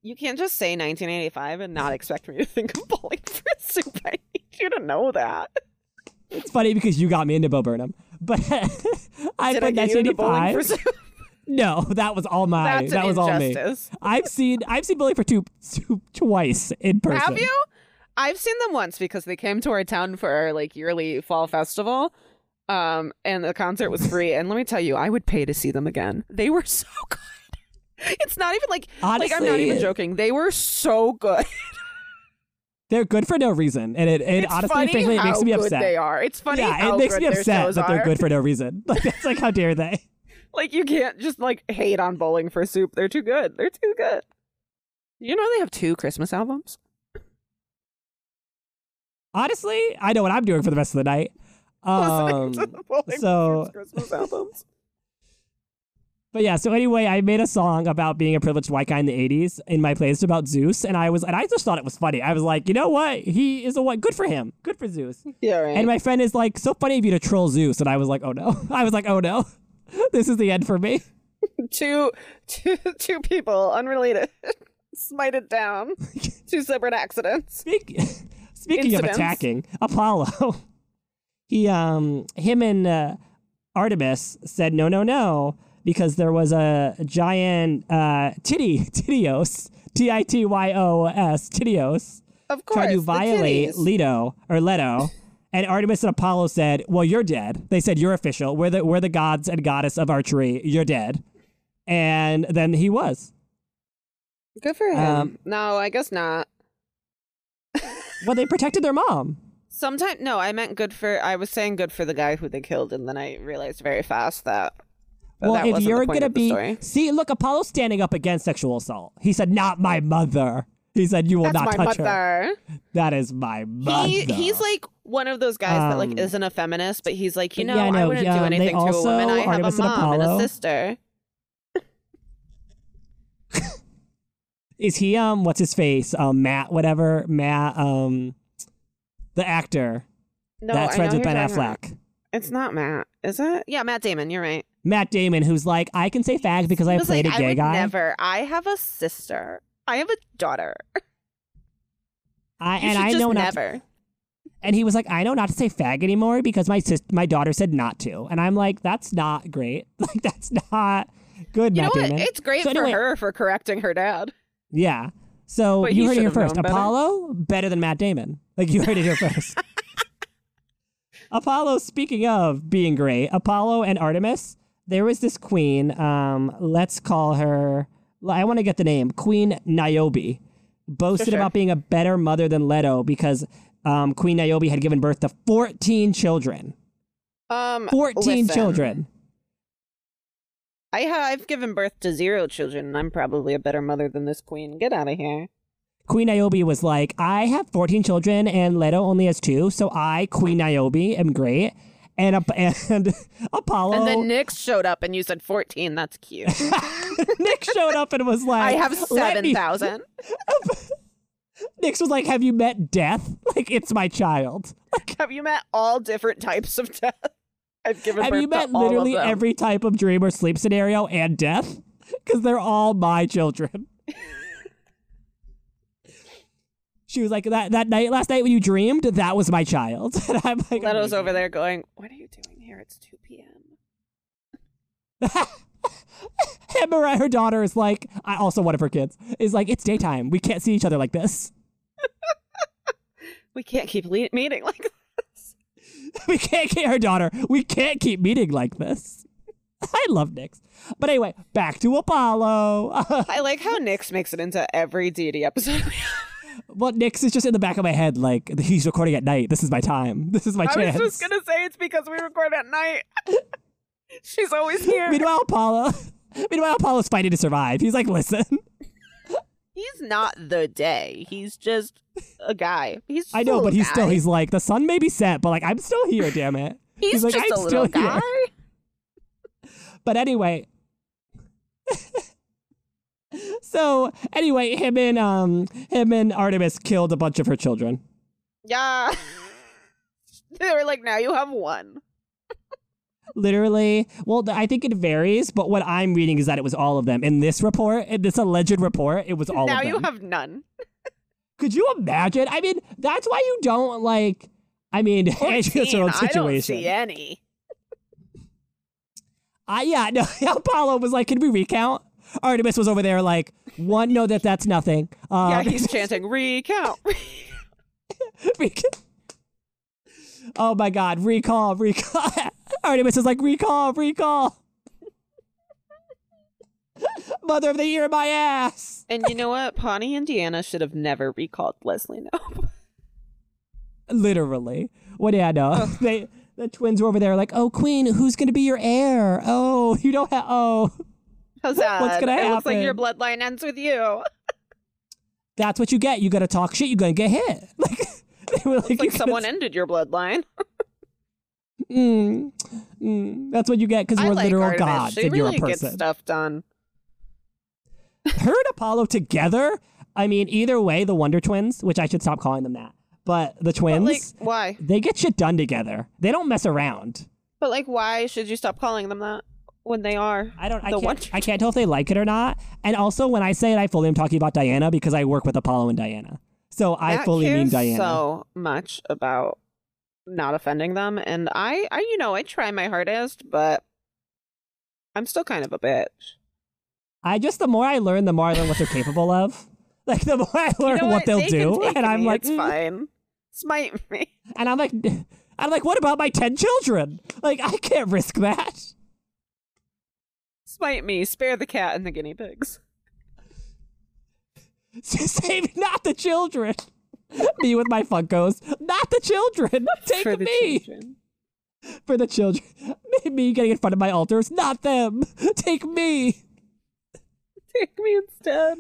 You can't just say 1985 and not expect me to think of bowling for soup. I need you to know that. It's funny because you got me into Bo Burnham, but I Did put I get you into bowling 1985. for soup? No, that was all mine. That's that an was all me. injustice. I've seen I've seen Billy for two, two twice in person. Have you? I've seen them once because they came to our town for our like yearly fall festival. Um, and the concert was free. And let me tell you, I would pay to see them again. They were so good. It's not even like like I'm not Honestly- even joking. They were so good. They're good for no reason, and it, it It's honestly, funny frankly, it how makes me good upset. they are. It's funny. yeah, how it makes good me their upset shows that are. they're good for no reason. Like that's like how dare they? Like you can't just like hate on bowling for soup. They're too good. They're too good. You know they have two Christmas albums. Honestly, I know what I'm doing for the rest of the night. Um, Listening to the Bowling for so- Soup's Christmas albums. but yeah, so anyway, I made a song about being a privileged white guy in the '80s in my playlist about Zeus, and I was and I just thought it was funny. I was like, you know what? He is a white. Good for him. Good for Zeus. Yeah, right. And my friend is like, so funny of you to troll Zeus, and I was like, oh no. I was like, oh no. This is the end for me. two, two, two people unrelated smited down two separate accidents Speak, speaking of Incidents. attacking Apollo, he um him and uh, Artemis said no no no because there was a giant uh titty titios t i t y o s titios of course tried to the violate titties. Leto or Leto. And Artemis and Apollo said, "Well, you're dead." They said, "You're official. We're the we're the gods and goddess of archery. You're dead." And then he was. good for him Um, no i guess not Well, they protected their mom. sometime no i meant good for i was saying good for the guy who they killed and then i realized very fast that that well, that if wasn't the you're point gonna of the be story. see, look, Apollo's standing up against sexual assault. He said, "Not my mother." He said, "You will that's not my touch her." mother That is my mother. He, he's like one of those guys that Um, like isn't a feminist, but he's like, you but know, yeah, I I know, wouldn't yeah, do um, they anything to a also- woman. I have Artemis a and mom and, Apollo- a sister. is he um, what's his face? Um, Matt, whatever, Matt, um, the actor No, that's I friends know with who Ben you're talking about. Affleck, It's not Matt, is it? Yeah, Matt Damon. You're right. Matt Damon, who's like, I can say fag because I was played like, a gay I would guy. Never. I have a sister. I have a daughter. I, You and should I just know not. never. and he was like, I know not to say fag anymore because my sis- my daughter said not to, and I'm like, that's not great. Like that's not good, You know Matt what? Damon. It's great So for anyway- her for correcting her dad. Yeah. So But you he heard it here should have first. known better. Apollo better than Matt Damon. Like you heard it here first. Apollo. Speaking of being great, Apollo and Artemis. There was this queen. Um, let's call her. I want to get the name. Queen Niobe boasted sure. about being a better mother than Leto because um, Queen Niobe had given birth to fourteen children. Um, Fourteen listen, children. I have. I've given birth to zero children, and I'm probably a better mother than this queen. Get out of here. Queen Niobe was like, I have 14 children and Leto only has two, so I, Queen Niobe, am great. And, Ap- and Apollo. And then Nick showed up, and you said fourteen. That's cute. Nick showed up and was I like, have "Let me-" seven thousand. Nick was like, Have you met death? Like, it's my child. Have you met all different types of death? I've given have birth you met to all literally of them. every type of dream or sleep scenario and death? Because they're all my children. she was like, that, that night, last night when you dreamed, that was my child. And I'm like, Leto's "Amazing." over there going, "What are you doing here? It's two p.m." Him or her daughter is like, I also one of her kids is like, it's daytime. We can't see each other like this. We can't keep le- meeting like We can't get her daughter. We can't keep meeting like this. I love Nyx. But anyway, back to Apollo. I like how Nyx makes it into every deity episode. well, Nyx is just in the back of my head, like, he's recording at night. This is my time. This is my I chance. was just gonna say it's because we record at night. She's always here. Meanwhile, Apollo. Meanwhile, Apollo's fighting to survive. He's like, listen, He's not the day. He's just a guy. He's I know, a but he's guy. still, he's like, the sun may be set, but like, I'm still here, damn it. he's, he's like, just "I'm a little still here." guy. But anyway, So anyway, him and um him and Artemis killed a bunch of her children. Yeah. they were like, now you have one. Literally, well, th- I think it varies, but what I'm reading is that it was all of them. In this report, in this alleged report, it was all now of them. you have none. Could you imagine? I mean, that's why you don't like. I mean, it's your 14, own I don't situation. see any. I yeah, no. Apollo was like, "Can we recount?" Artemis was over there like, "One, no, that that's nothing." Um, yeah, he's chanting recount. Rec- oh my god, recall, recall. Artemis is like, recall, recall. Mother of the year, my ass. and you know what? Pawnee, Indiana should have never recalled Leslie Nope. Literally. What do I know? they, the twins were over there like, oh, queen, who's going to be your heir? Oh, you don't have, oh. How's that? What's gonna it looks like your happen? bloodline ends with you. That's what you get. You got to talk shit. You're going to get hit. Like, they were It's like, "You're like gonna- someone ended your bloodline. Mm, mm, that's what you get because I we're like literal Artemis. gods She and really you're a gets person. stuff done. her and Apollo together. I mean, either way, the Wonder Twins, which I should stop calling them that, but the But twins, like, why? they get shit done together. They don't mess around. But like, why should you stop calling them that when they are? I don't. I The can't. Wonder I can't tell if they like it or not. And also, when I say it, I fully am talking about Diana because I work with Apollo and Diana, so I Matt fully mean cares Diana. So much about not offending them, and I, I, you know, I try my hardest, but I'm still kind of a bitch. I just the more I learn, the more I learn what they're capable of. Like the more I You learn know what, they'll They can do, take and I'm me. like, it's "Mm." fine. Smite me. and I'm like, I'm like, what about my ten children? Like I can't risk that. Smite me. Spare the cat and the guinea pigs. Save not the children. me with my Funkos, not the children. Take For the me children. for the children. Me- Me getting in front of my altars, not them. Take me. Take me instead.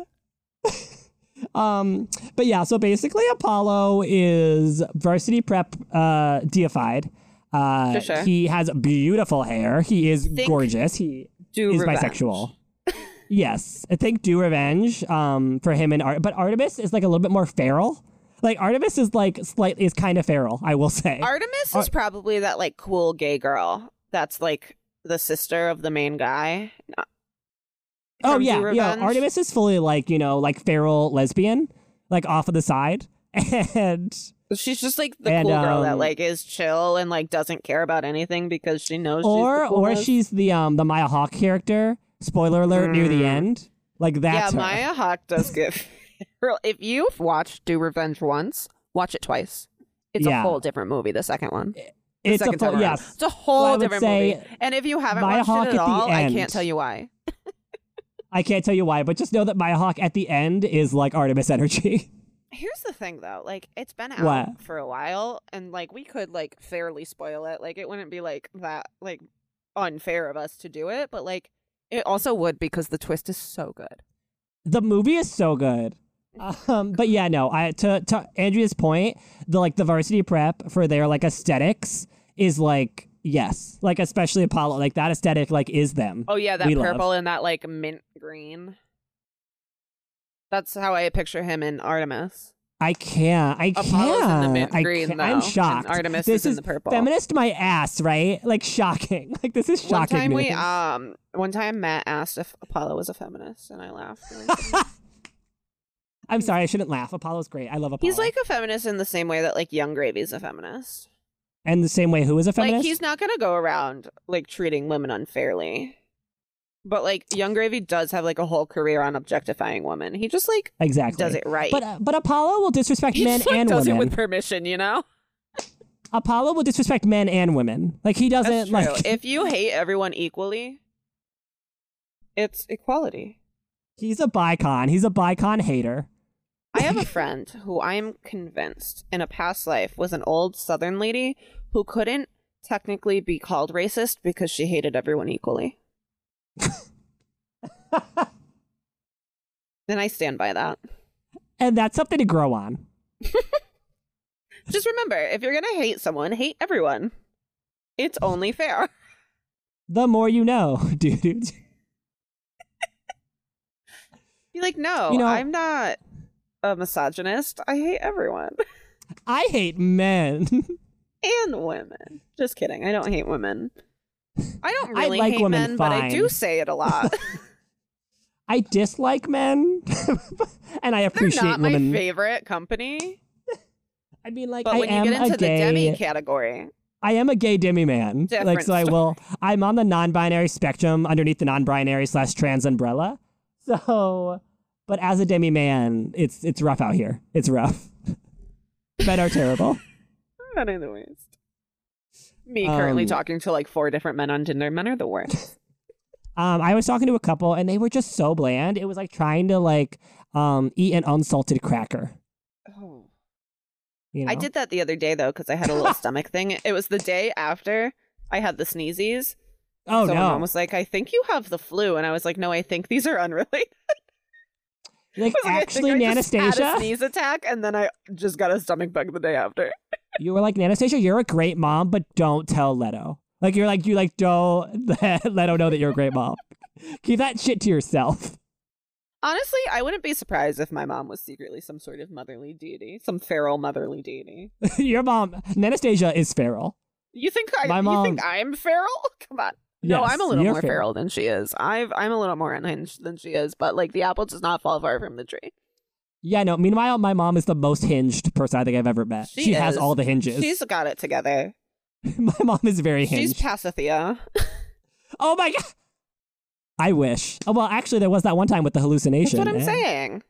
Um, but yeah, so basically Apollo is varsity prep uh, deified. Uh, For sure. He has beautiful hair. He is Think- gorgeous. He Do is revenge. bisexual. yes, I think do revenge um, for him and Art, but Artemis is like a little bit more feral. Like Artemis is like slightly is kind of feral, I will say. Artemis is Ar- probably that like cool gay girl that's like the sister of the main guy. Not- oh from Do yeah, yeah. Revenge. Artemis is fully like you know like feral lesbian, like off of the side, and She's just like the And, cool girl that um, like is chill and like doesn't care about anything because she knows she's or the or coolest. she's the um the Maya Hawk character. Spoiler alert near the Mm. end. Like Yeah, that's her. Maya Hawk does give. Girl, if you've watched Do Revenge once, watch it twice. It's Yeah. a whole different movie. The second one, the it's a second full time around. yes. it's a whole Well, I would different say movie. And if you haven't Maya watched Hawke it at at, the all, I end. can't tell you why. I can't tell you why, but just know that Maya Hawk at the end is like Artemis energy. Here's the thing though, like it's been out What? for a while and like we could like fairly spoil it. Like it wouldn't be like that like unfair of us to do it, but like it also would because the twist is so good. the movie is so good. Um, but yeah, no. I to to Andrea's point, the like the varsity prep for their like aesthetics is like yes, like especially Apollo, like that aesthetic like is them. Oh yeah, that We love. purple and that like mint green. That's how I picture him in Artemis. I can't, I can't. Apollo's in the mint I green can't- though. I'm shocked. And Artemis this is in the purple. feminist, my ass, right? Like shocking. Like this is shocking. one time news. we um one time Matt asked if Apollo was a feminist and I laughed. I'm sorry, I shouldn't laugh. Apollo's great. I love Apollo. He's like a feminist in the same way that like Young Gravy's a feminist. and the same way, who is a feminist? Like he's not gonna go around like treating women unfairly. But like Young Gravy does have like a whole career on objectifying women. He just like exactly does it right. But uh, but Apollo will disrespect he men just, like, and does women. it with permission, you know? Apollo will disrespect men and women. Like he doesn't That's true. like if you hate everyone equally, it's equality. he's a bicon. He's a bicon hater. I have a friend who I am convinced in a past life was an old southern lady who couldn't technically be called racist because she hated everyone equally. and I stand by that. And that's something to grow on. Just remember, if you're gonna hate someone, hate everyone. It's only fair. The more you know, dude. Be like, no, You know- I'm not a misogynist. I hate everyone I hate men. and women. Just kidding. I don't hate women. I don't I really like hate women men, but I do fine. say it a lot. I dislike men, and I They're appreciate not my women. favorite company. I mean, like, But I when am you get into a the gay. demi category, I am a gay demi man. Different like, so I story. will. I'm on the non-binary spectrum underneath the non-binary slash trans umbrella. So, but as a demi man, it's it's rough out here. It's rough. Men are terrible. men are the worst. Me currently Um, talking to like four different men on Tinder. Men are the worst. Um, I was talking to a couple, and they were just so bland. It was like trying to like um eat an unsalted cracker. Oh. You know? I did that the other day though because I had a little stomach thing. It was the day after I had the sneezes. Oh so my mom no! was like, "I think you have the flu," and I was like, "No, I think these are unrelated." I Like was like, actually, I think I just had a Anastasia, sneeze attack, and then I just got a stomach bug the day after. you were like, Anastasia, you're a great mom, but don't tell Leto. Like you're like you like don't let Leto know that you're a great mom. Keep that shit to yourself. Honestly, I wouldn't be surprised if my mom was secretly some sort of motherly deity, some feral motherly deity. Your mom, Anastasia, is feral. You think I? My You mom- think I'm feral? Come on. No, Yes, I'm a little you're more feral. than she is. I've I'm a little more unhinged than she is, but like the apple does not fall far from the tree. Yeah, no. Meanwhile, my mom is the most hinged person I think I've ever met. She, She has is. all the hinges. She's got it together. my mom is very She's hinged. Pasithea. oh my god! I wish. Oh well, actually, there was that one time with the That's hallucination. what I'm eh? saying.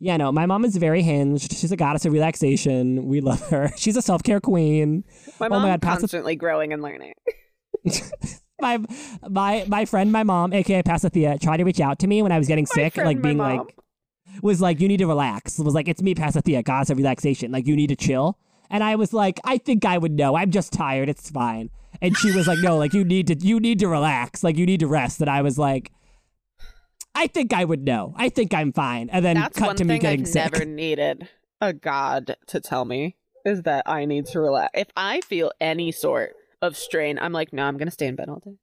Yeah, no. My mom is very hinged. She's a goddess of relaxation. We love her. She's a self care queen. My Oh my mom's God, Pasith- constantly growing and learning. my my my friend, my mom, aka Pasathea, tried to reach out to me when I was getting sick, friend, like my being mom. like, was like, you need to relax. Was like, it's me, Pasathea, goddess of relaxation. Like, you need to chill. And I was like, I think I would know. I'm just tired. It's fine. And she was like, no, like you need to you need to relax. Like you need to rest. And I was like, I think I would know. I think I'm fine. And then That's one cut to me thing getting I've sick. never needed a god to tell me is that I need to relax. If I feel any sort of strain, I'm like, no, I'm gonna stay in bed all day.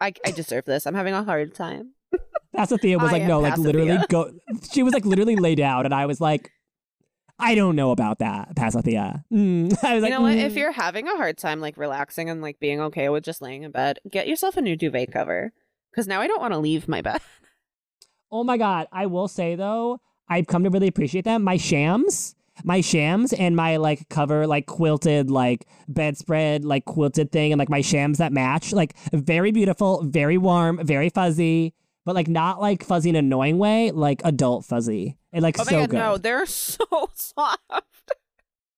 I, I deserve this. I'm having a hard time. Pasathea was I like, am no, like literally Pasathea. go. She was like literally lay down, and I was like, I don't know about that, Pasathea. Mm. I was You like, know what? mm. If you're having a hard time like relaxing and like being okay with just laying in bed, get yourself a new duvet cover. Because now I don't want to leave my bed. Oh my god, I will say though, I've come to really appreciate them. My shams, my shams and my like cover like quilted like bedspread like quilted thing and like my shams that match, like very beautiful, very warm, very fuzzy, but like not like fuzzy in an annoying way, like adult fuzzy. And like Oh my so god, good. no, they're so soft.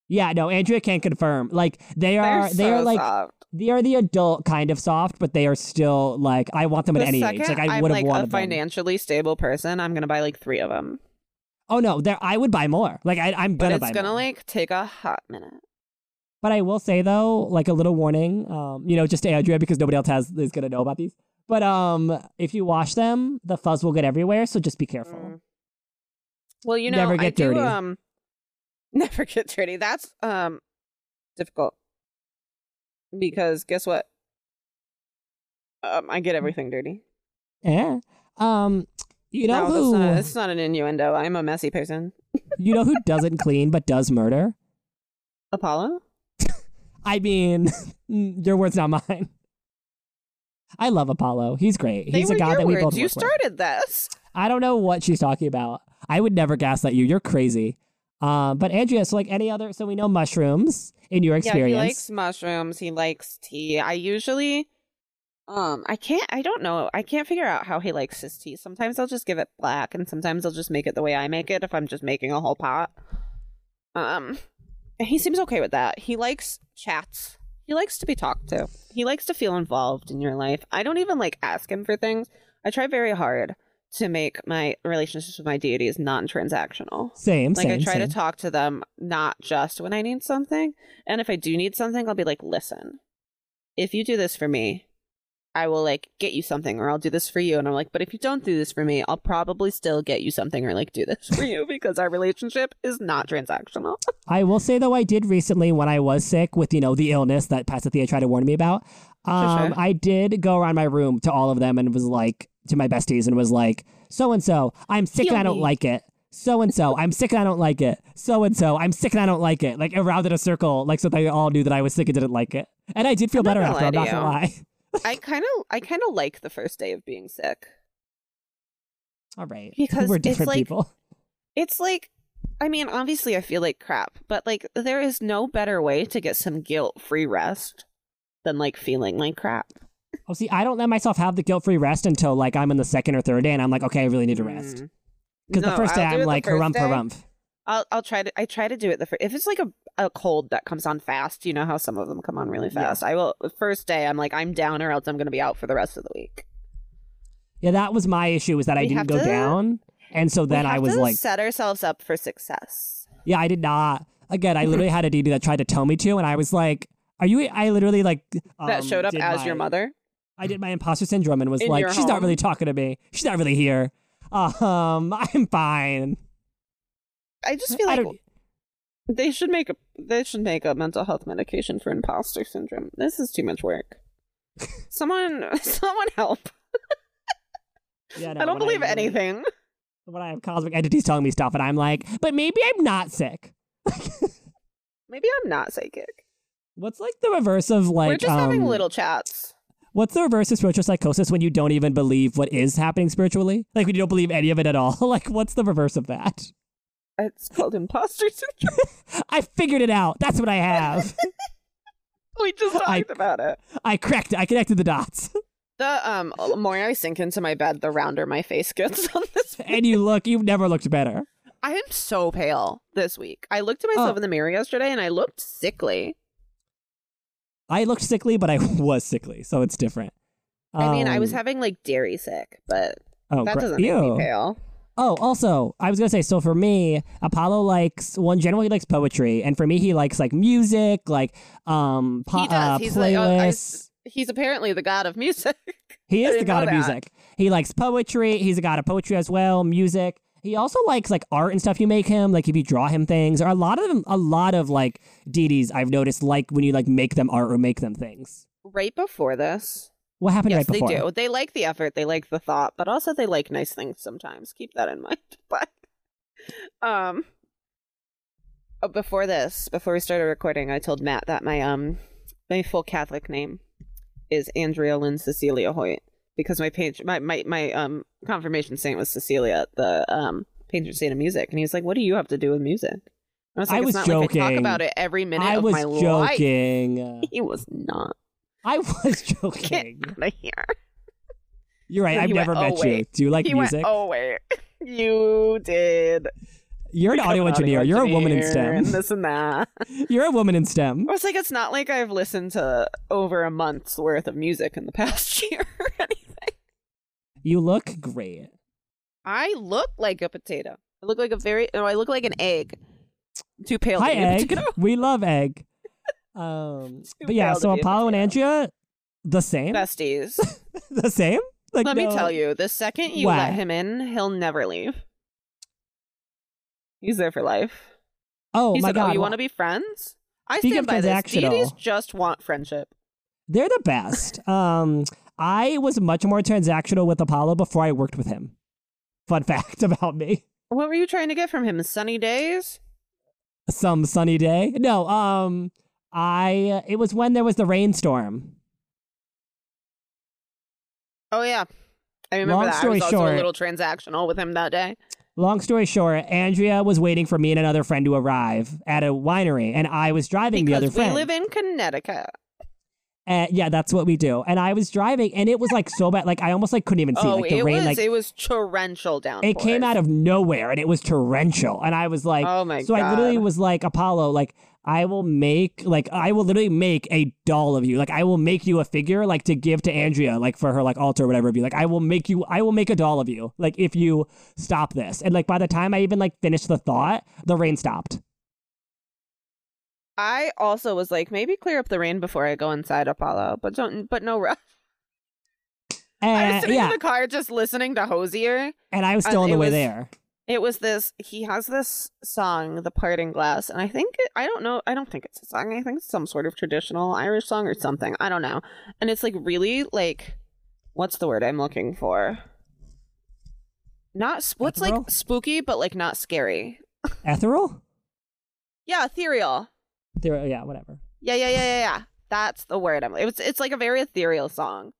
Yeah, no, Andrea can confirm. Like they are They're they are so like soft. they are the adult kind of soft, but they are still like I want them at the any second age. Like I I'm would have like wanted a them. financially stable person, I'm gonna buy like three of them. Oh no, there I would buy more. Like I I'm But gonna it's buy gonna more. like take a hot minute. But I will say though, like a little warning, um, you know, just to Andrea because nobody else has is gonna know about these. But um, if you wash them, the fuzz will get everywhere, so just be careful. Mm. Well, you know, Never I get do, dirty. um, never get dirty. That's um difficult because guess what? Um, I Mm. get everything dirty. Mm. Eh? Um, you know no, that's who not, it's not an innuendo. I'm a messy person. you know who doesn't clean but does murder. Apollo. I mean, your words, not mine. I love Apollo. He's great. They He's were a god your that we words. both You work with. started this. I don't know what she's talking about. I would never gaslight you. You're crazy. Um, but Andrea, so like any other, so we know mushrooms in your experience. Yeah, he likes mushrooms. He likes tea. I usually, um, I can't. I don't know. I can't figure out how he likes his tea. Sometimes I'll just give it black, and sometimes I'll just make it the way I make it if I'm just making a whole pot. Um, and he seems okay with that. He likes chats. He likes to be talked to. He likes to feel involved in your life. I don't even like ask him for things. I try very hard to make my relationships with my deities non-transactional. same, Like same, I try same. to talk to them not just when I need something. And if I do need something, I'll be like, listen, if you do this for me, I will like get you something or I'll do this for you. And I'm like, but if you don't do this for me, I'll probably still get you something or like do this for you because our relationship is not transactional. I will say though, I did recently when I was sick with you know the illness that Pasathea tried to warn me about. Um, sure. I did go around my room to all of them and was like, to my besties and was like, so and so, I'm sick and I don't like it. So and so, I'm sick and I don't like it. So and so, I'm sick and I don't like it. Like around in a circle, like so they all knew that I was sick and didn't like it. And I did feel I'm not better gonna after. I'm lie not to gonna you. lie. I kind of, I kind of like the first day of being sick. All right, Because we're it's different like- people. It's like, I mean, obviously, I feel like crap, but like, there is no better way to get some guilt-free rest than like feeling like crap. Oh, see, I don't let myself have the guilt-free rest until like I'm in the second or third day, and I'm like, okay, I really need to rest. Mm. Because No, the first day I'll do it I'm the like, first harumph, day. harumph. I'll I'll try to I try to do it the first if it's like a, a cold that comes on fast, you know how some of them come on really fast. I will the first day I'm like I'm down or else I'm gonna be out for the rest of the week. Yeah, that was my issue was that I We didn't have go to- down, and so then We I have was to like, set ourselves up for success. yeah, I did not. Again, I literally had a DD that tried to tell me to, and I was like, are you? I literally like that um, showed up did as my- your mother. I did my imposter syndrome and was In like, your she's not home. really talking to me. She's not really here. Um, I'm fine. I just feel I like don't. they should make a they should make a mental health medication for imposter syndrome. This is too much work. someone someone help. Yeah, no, I don't when believe really- anything. When I have cosmic entities telling me stuff, and I'm like, but maybe I'm not sick. Maybe I'm not psychic. What's like the reverse of like We're just having um, little chats. What's the reverse of spiritual psychosis when you don't even believe what is happening spiritually? Like when you don't believe any of it at all? Like what's the reverse of that? It's called imposter syndrome. I figured it out. That's what I have. We just talked I- about it. I cracked it. I connected the dots. The um the more I sink into my bed, the rounder my face gets on this. And you look, you've never looked better. I am so pale this week. I looked at myself Oh. in the mirror yesterday and I looked sickly. I looked sickly, but I was sickly, so it's different. I mean, I was Um, having like dairy sick, but oh, that gra- doesn't make ew. me pale. Oh, also, I was gonna say, so for me, Apollo likes one generally likes poetry, and for me, he likes like music, like um, po- he does. uh, He's like, oh, I playlists. s- he's apparently the god of music. He I is the didn't know god of that. music. He likes poetry. He's a god of poetry as well, music. He also likes like art and stuff you make him, like if you draw him things, or a lot of them, a lot of like deities I've noticed like when you like make them art or make them things. right before this, What happened yes, right before? they do. They like the effort, they like the thought, but also they like nice things sometimes. Keep that in mind. But um oh, before this, before we started recording, I told Matt that my um my full Catholic name is Andrea Lynn Cecilia Hoyt because my page my my, my um confirmation saint was Cecilia, the um patron saint of music, and he was like, "What do you have to do with music?" I was I like, "It's was not like I joking. talk about it every minute I of was my life." joking. He was not. I was joking. Get out of here. You're right. He I've went, never "Oh, met you. wait." Do you like he music? went, "Oh wait, you did." You're an become audio engineer. You're a woman in engineer STEM. And this and that. I You're a woman in STEM. was like, it's not like I've listened to over a month's worth of music in the past year or anything. You look great. I look like a potato. I look like a very. No, I look like an egg. Too pale. Hi, to be a egg. potato. We love egg. Um, Too but yeah, pale to so be a Apollo and potato. Andrea, the same, Besties. the same. Like, Let me no- tell you, the second you What? let him in, he'll never leave. He's there for life. Oh he my said, god, "Oh, you want to be friends?" I Speaking stand of by this. transactional- Deities just want friendship. they're the best. um, I was much more transactional with Apollo before I worked with him. Fun fact about me: What were you trying to get from him? Sunny days? some sunny day. No, um, I it was when there was the rainstorm. Oh yeah, I remember Long that. I story was also short- a little transactional with him that day. Long story short, Andrea was waiting for me and another friend to arrive at a winery, and I was driving because the other we friend. live in Connecticut. Uh, yeah, that's what we do. And I was driving, and it was like so bad. Like I almost like couldn't even see. oh, like the it rain, was like it was torrential down. it came out of nowhere, and it was torrential. And I was like, oh my so god! I literally was like, Apollo, like I will make, like I will literally make a doll of you. Like I will make you a figure, like to give to Andrea, like for her like altar or whatever. Of you, like I will make you, I will make a doll of you. Like if you stop this, and like by the time I even like finished the thought, the rain stopped. I also was like, maybe clear up the rain before I go inside Apollo, but don't. But no rush. I was And sitting Uh, Eh, yeah, in the car just listening to Hosier. and I was still and on the it way was- there. It was this. He has this song, "The Parting Glass," and I think it, I don't know. I don't think it's a song. I think it's some sort of traditional Irish song or something. I don't know. And it's like really like, what's the word I'm looking for? Not sp- what's Ethereal? like spooky, but like not scary. Ethereal? Yeah, ethereal. Ethereal, yeah, whatever. Yeah, yeah, yeah, yeah, yeah. That's the word. I'm. It's it's like a very ethereal song,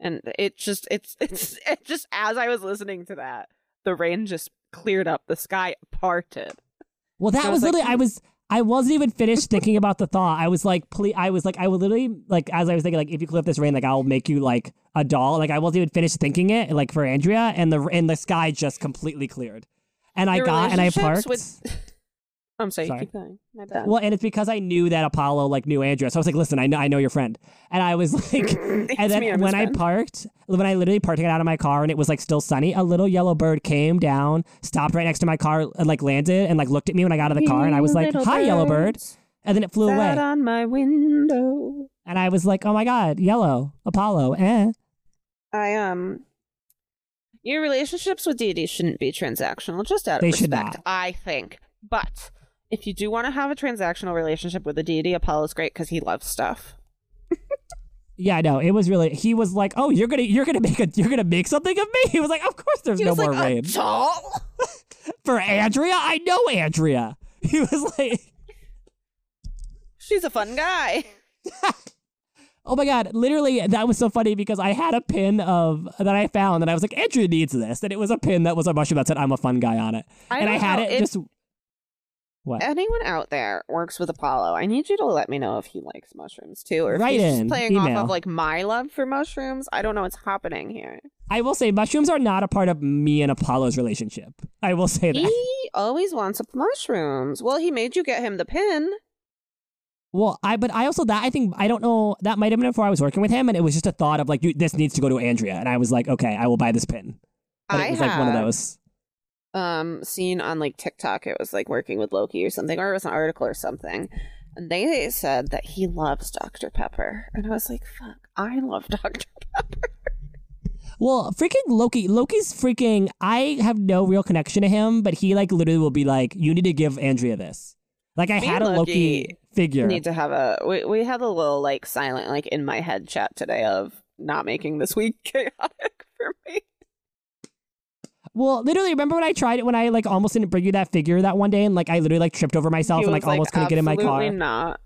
and it just it's it's it just as I was listening to that, the rain just cleared up, the sky parted. Well, that So was it's like- "Hmm." literally. I was. I wasn't even finished thinking about the thought. I was like, please. I was like, I would literally like as I was thinking, like, if you clip this rain, like, I'll make you like a doll. Like, I wasn't even finished thinking it. Like for Andrea, and the and the sky just completely cleared, and I Your got and I relationships parked. with- I'm sorry, Sorry. keep going. My bad. Well, and it's because I knew that Apollo like knew Andrea, so I was like, listen, I know I know your friend, and I was like, and then when I parked, when I literally parked it out of my car and it was like still sunny, a little yellow bird came down, stopped right next to my car, and, like landed and like looked at me when I got out of the car, and I was like, "Hi, yellow bird," and then it flew Sat away, on my window. and I was like, "Oh my god, yellow Apollo." Eh. I um your relationships with deities shouldn't be transactional, just out of They respect, should not. I think. But if you do want to have a transactional relationship with a deity, Apollo's great because he loves stuff. Yeah, I know. It was really. He was like, "Oh, you're gonna, you're gonna make a, you're gonna make something of me." He was like, "Of course, there's He no was more like, oh, "A rain doll?" for Andrea." I know Andrea. He was like. She's a fun guy. Oh my god, literally that was so funny because I had a pin of that I found and I was like, Andrew needs this. And it was a pin that was a mushroom that said I'm a fun guy on it. I and I don't had know, it if just What? anyone out there works with Apollo, I need you to let me know if he likes mushrooms too, or if Write he's just in, playing off email. of like my love for mushrooms. I don't know what's happening here. I will say mushrooms are not a part of me and Apollo's relationship. I will say that. He always wants mushrooms. Well, he made you get him the pin. Well, I but I also that I think I don't know that might have been before I was working with him and it was just a thought of like you, this needs to go to Andrea and I was like, okay, I will buy this pin. But I it was like one of have. those. um seen on like TikTok. It was like working with Loki or something, or it was an article or something. And they said that he loves Dr. Pepper. And I was like, fuck, I love Dr. Pepper. Well, freaking Loki. Loki's freaking. I have no real connection to him, but he like literally will be like, "You need to give Andrea this." Like I Me had a and Loki Loki figure. Need to have a we, we had a little like silent, like in my head chat today of not making this week chaotic for me. Well, literally, remember when I tried it when I like almost didn't bring you that figure that one day, and like I literally like tripped over myself He and was like almost couldn't get in my car. "Absolutely not.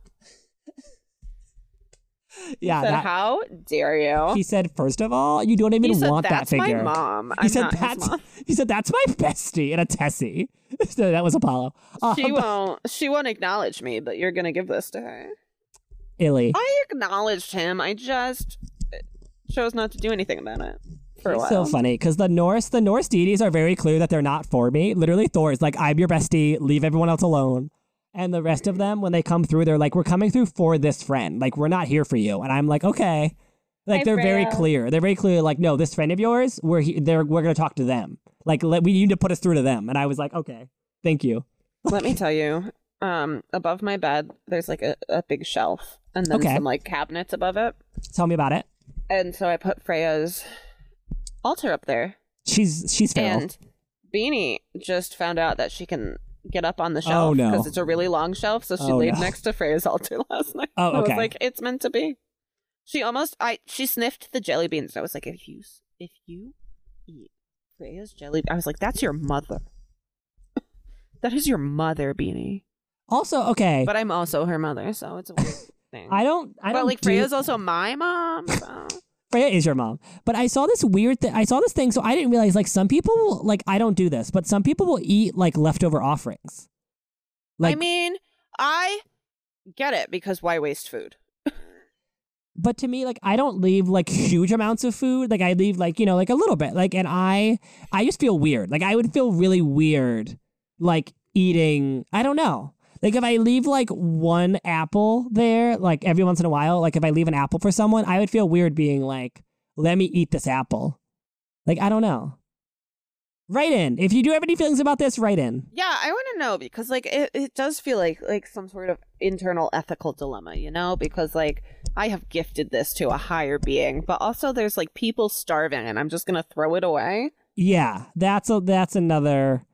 yeah, said, that, how dare you? he said. First of all, you don't even He said, want that that's figure. my mom. He I'm said not his that's. mom." He said that's my bestie and a Tessie. so that was Apollo. Uh, She won't she won't acknowledge me, but you're gonna give this to her. Illy. I acknowledged him. I just chose not to do anything about it for a It's while. so funny because the Norse, the Norse deities are very clear that they're not for me. Literally, Thor is like, "I'm your bestie. Leave everyone else alone." And the rest of them, when they come through, they're like, "We're coming through for this friend. Like, we're not here for you." And I'm like, "Okay." Like Hi, they're very Freya. clear. They're very clear. Like, no, this friend of yours, we're he- they're we're gonna talk to them. Like, let, we you need to put us through to them. And I was like, "Okay, thank you." Let me tell you. Um, above my bed, there's like a, a big shelf, and then Okay. some like cabinets above it. Tell me about it. And so I put Freya's altar up there, She's she's feral. and Beanie just found out that she can get up on the Oh, shelf no. because it's a really long shelf. So she Oh, laid no. next to Freya's altar last night. Oh, I was okay. like, it's meant to be. She almost, I she sniffed the jelly beans. I was like, if you s- if you eat Freya's jelly, I was like, that's your mother. that is your mother, Beanie. also, okay. But I'm also her mother, so it's a weird thing. I don't. I but don't like do- Freya's also my mom. So. Freya is your mom. But I saw this weird thing. I saw this thing, so I didn't realize like some people will, like I don't do this, but some people will eat like leftover offerings. I Like, mean, I get it because why waste food? but to me, like I don't leave like huge amounts of food. Like I leave like you know like a little bit. Like, and I I just feel weird. Like I would feel really weird like eating. I don't know. Like if I leave like one apple there, like every once in a while, like if I leave an apple for someone, I would feel weird being like, "Let me eat this apple." Like I don't know. Write in if you do have any feelings about this. Write in. Yeah, I want to know because like it, it does feel like like some sort of internal ethical dilemma, you know, because like I have gifted this to a higher being, but also there's like people starving and I'm just going to throw it away. Yeah, that's a that's another.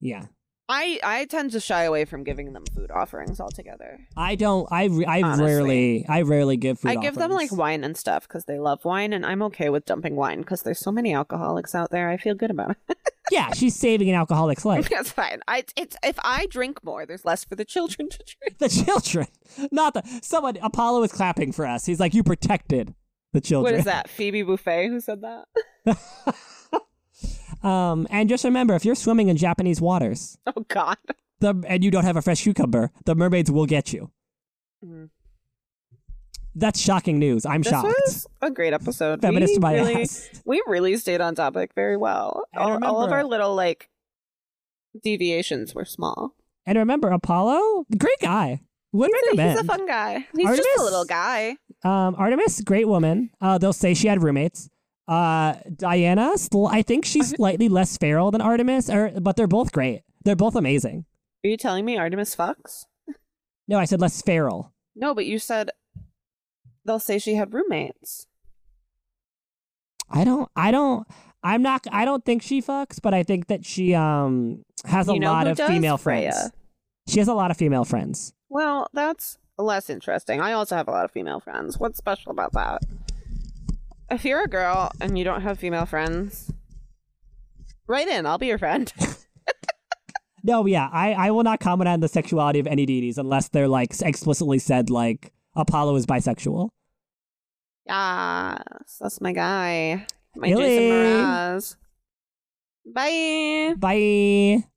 Yeah, I I tend to shy away from giving them food offerings altogether. I don't. I re- I Honestly. rarely I rarely give food. I give them like offerings. wine and stuff cuz they love wine and I'm okay with dumping wine cuz there's so many alcoholics out there. I feel good about it. yeah, she's saving an alcoholic's life. That's fine. I it's if I drink more, there's less for the children to drink. The children, not the someone. Apollo is clapping for us. He's like, you protected the children. What is that? Phoebe Buffet who said that? Um, and just remember, if you're swimming in Japanese waters, Oh God. the and you don't have a fresh cucumber, the mermaids will get you. Mm. That's shocking news. I'm This shocked. was a great episode. Feminist we to my really, ass. We really stayed on topic very well. And All, all of remember- our little like deviations were small. And remember, Apollo, great guy. Would He's a recommend. fun guy. He's just Artemis? a little guy. um, Artemis, great woman. Uh, they'll say she had roommates. Uh, Diana, sl- I think she's slightly less feral than Artemis, or, but they're both great. They're both amazing. Are you telling me Artemis fucks? No, I said less feral. No, but you said they'll say she had roommates. I don't. I don't. I'm not. I don't think she fucks, but I think that she um has a You know lot who of does, female Freya? friends. She has a lot of female friends. Well, that's less interesting. I also have a lot of female friends. What's special about that? If you're a girl and you don't have female friends, write in. I'll be your friend. No, yeah, I, I will not comment on the sexuality of any deities unless they're like explicitly said like Apollo is bisexual. yes, that's my guy. My Really? Jason Mraz. Bye. Bye.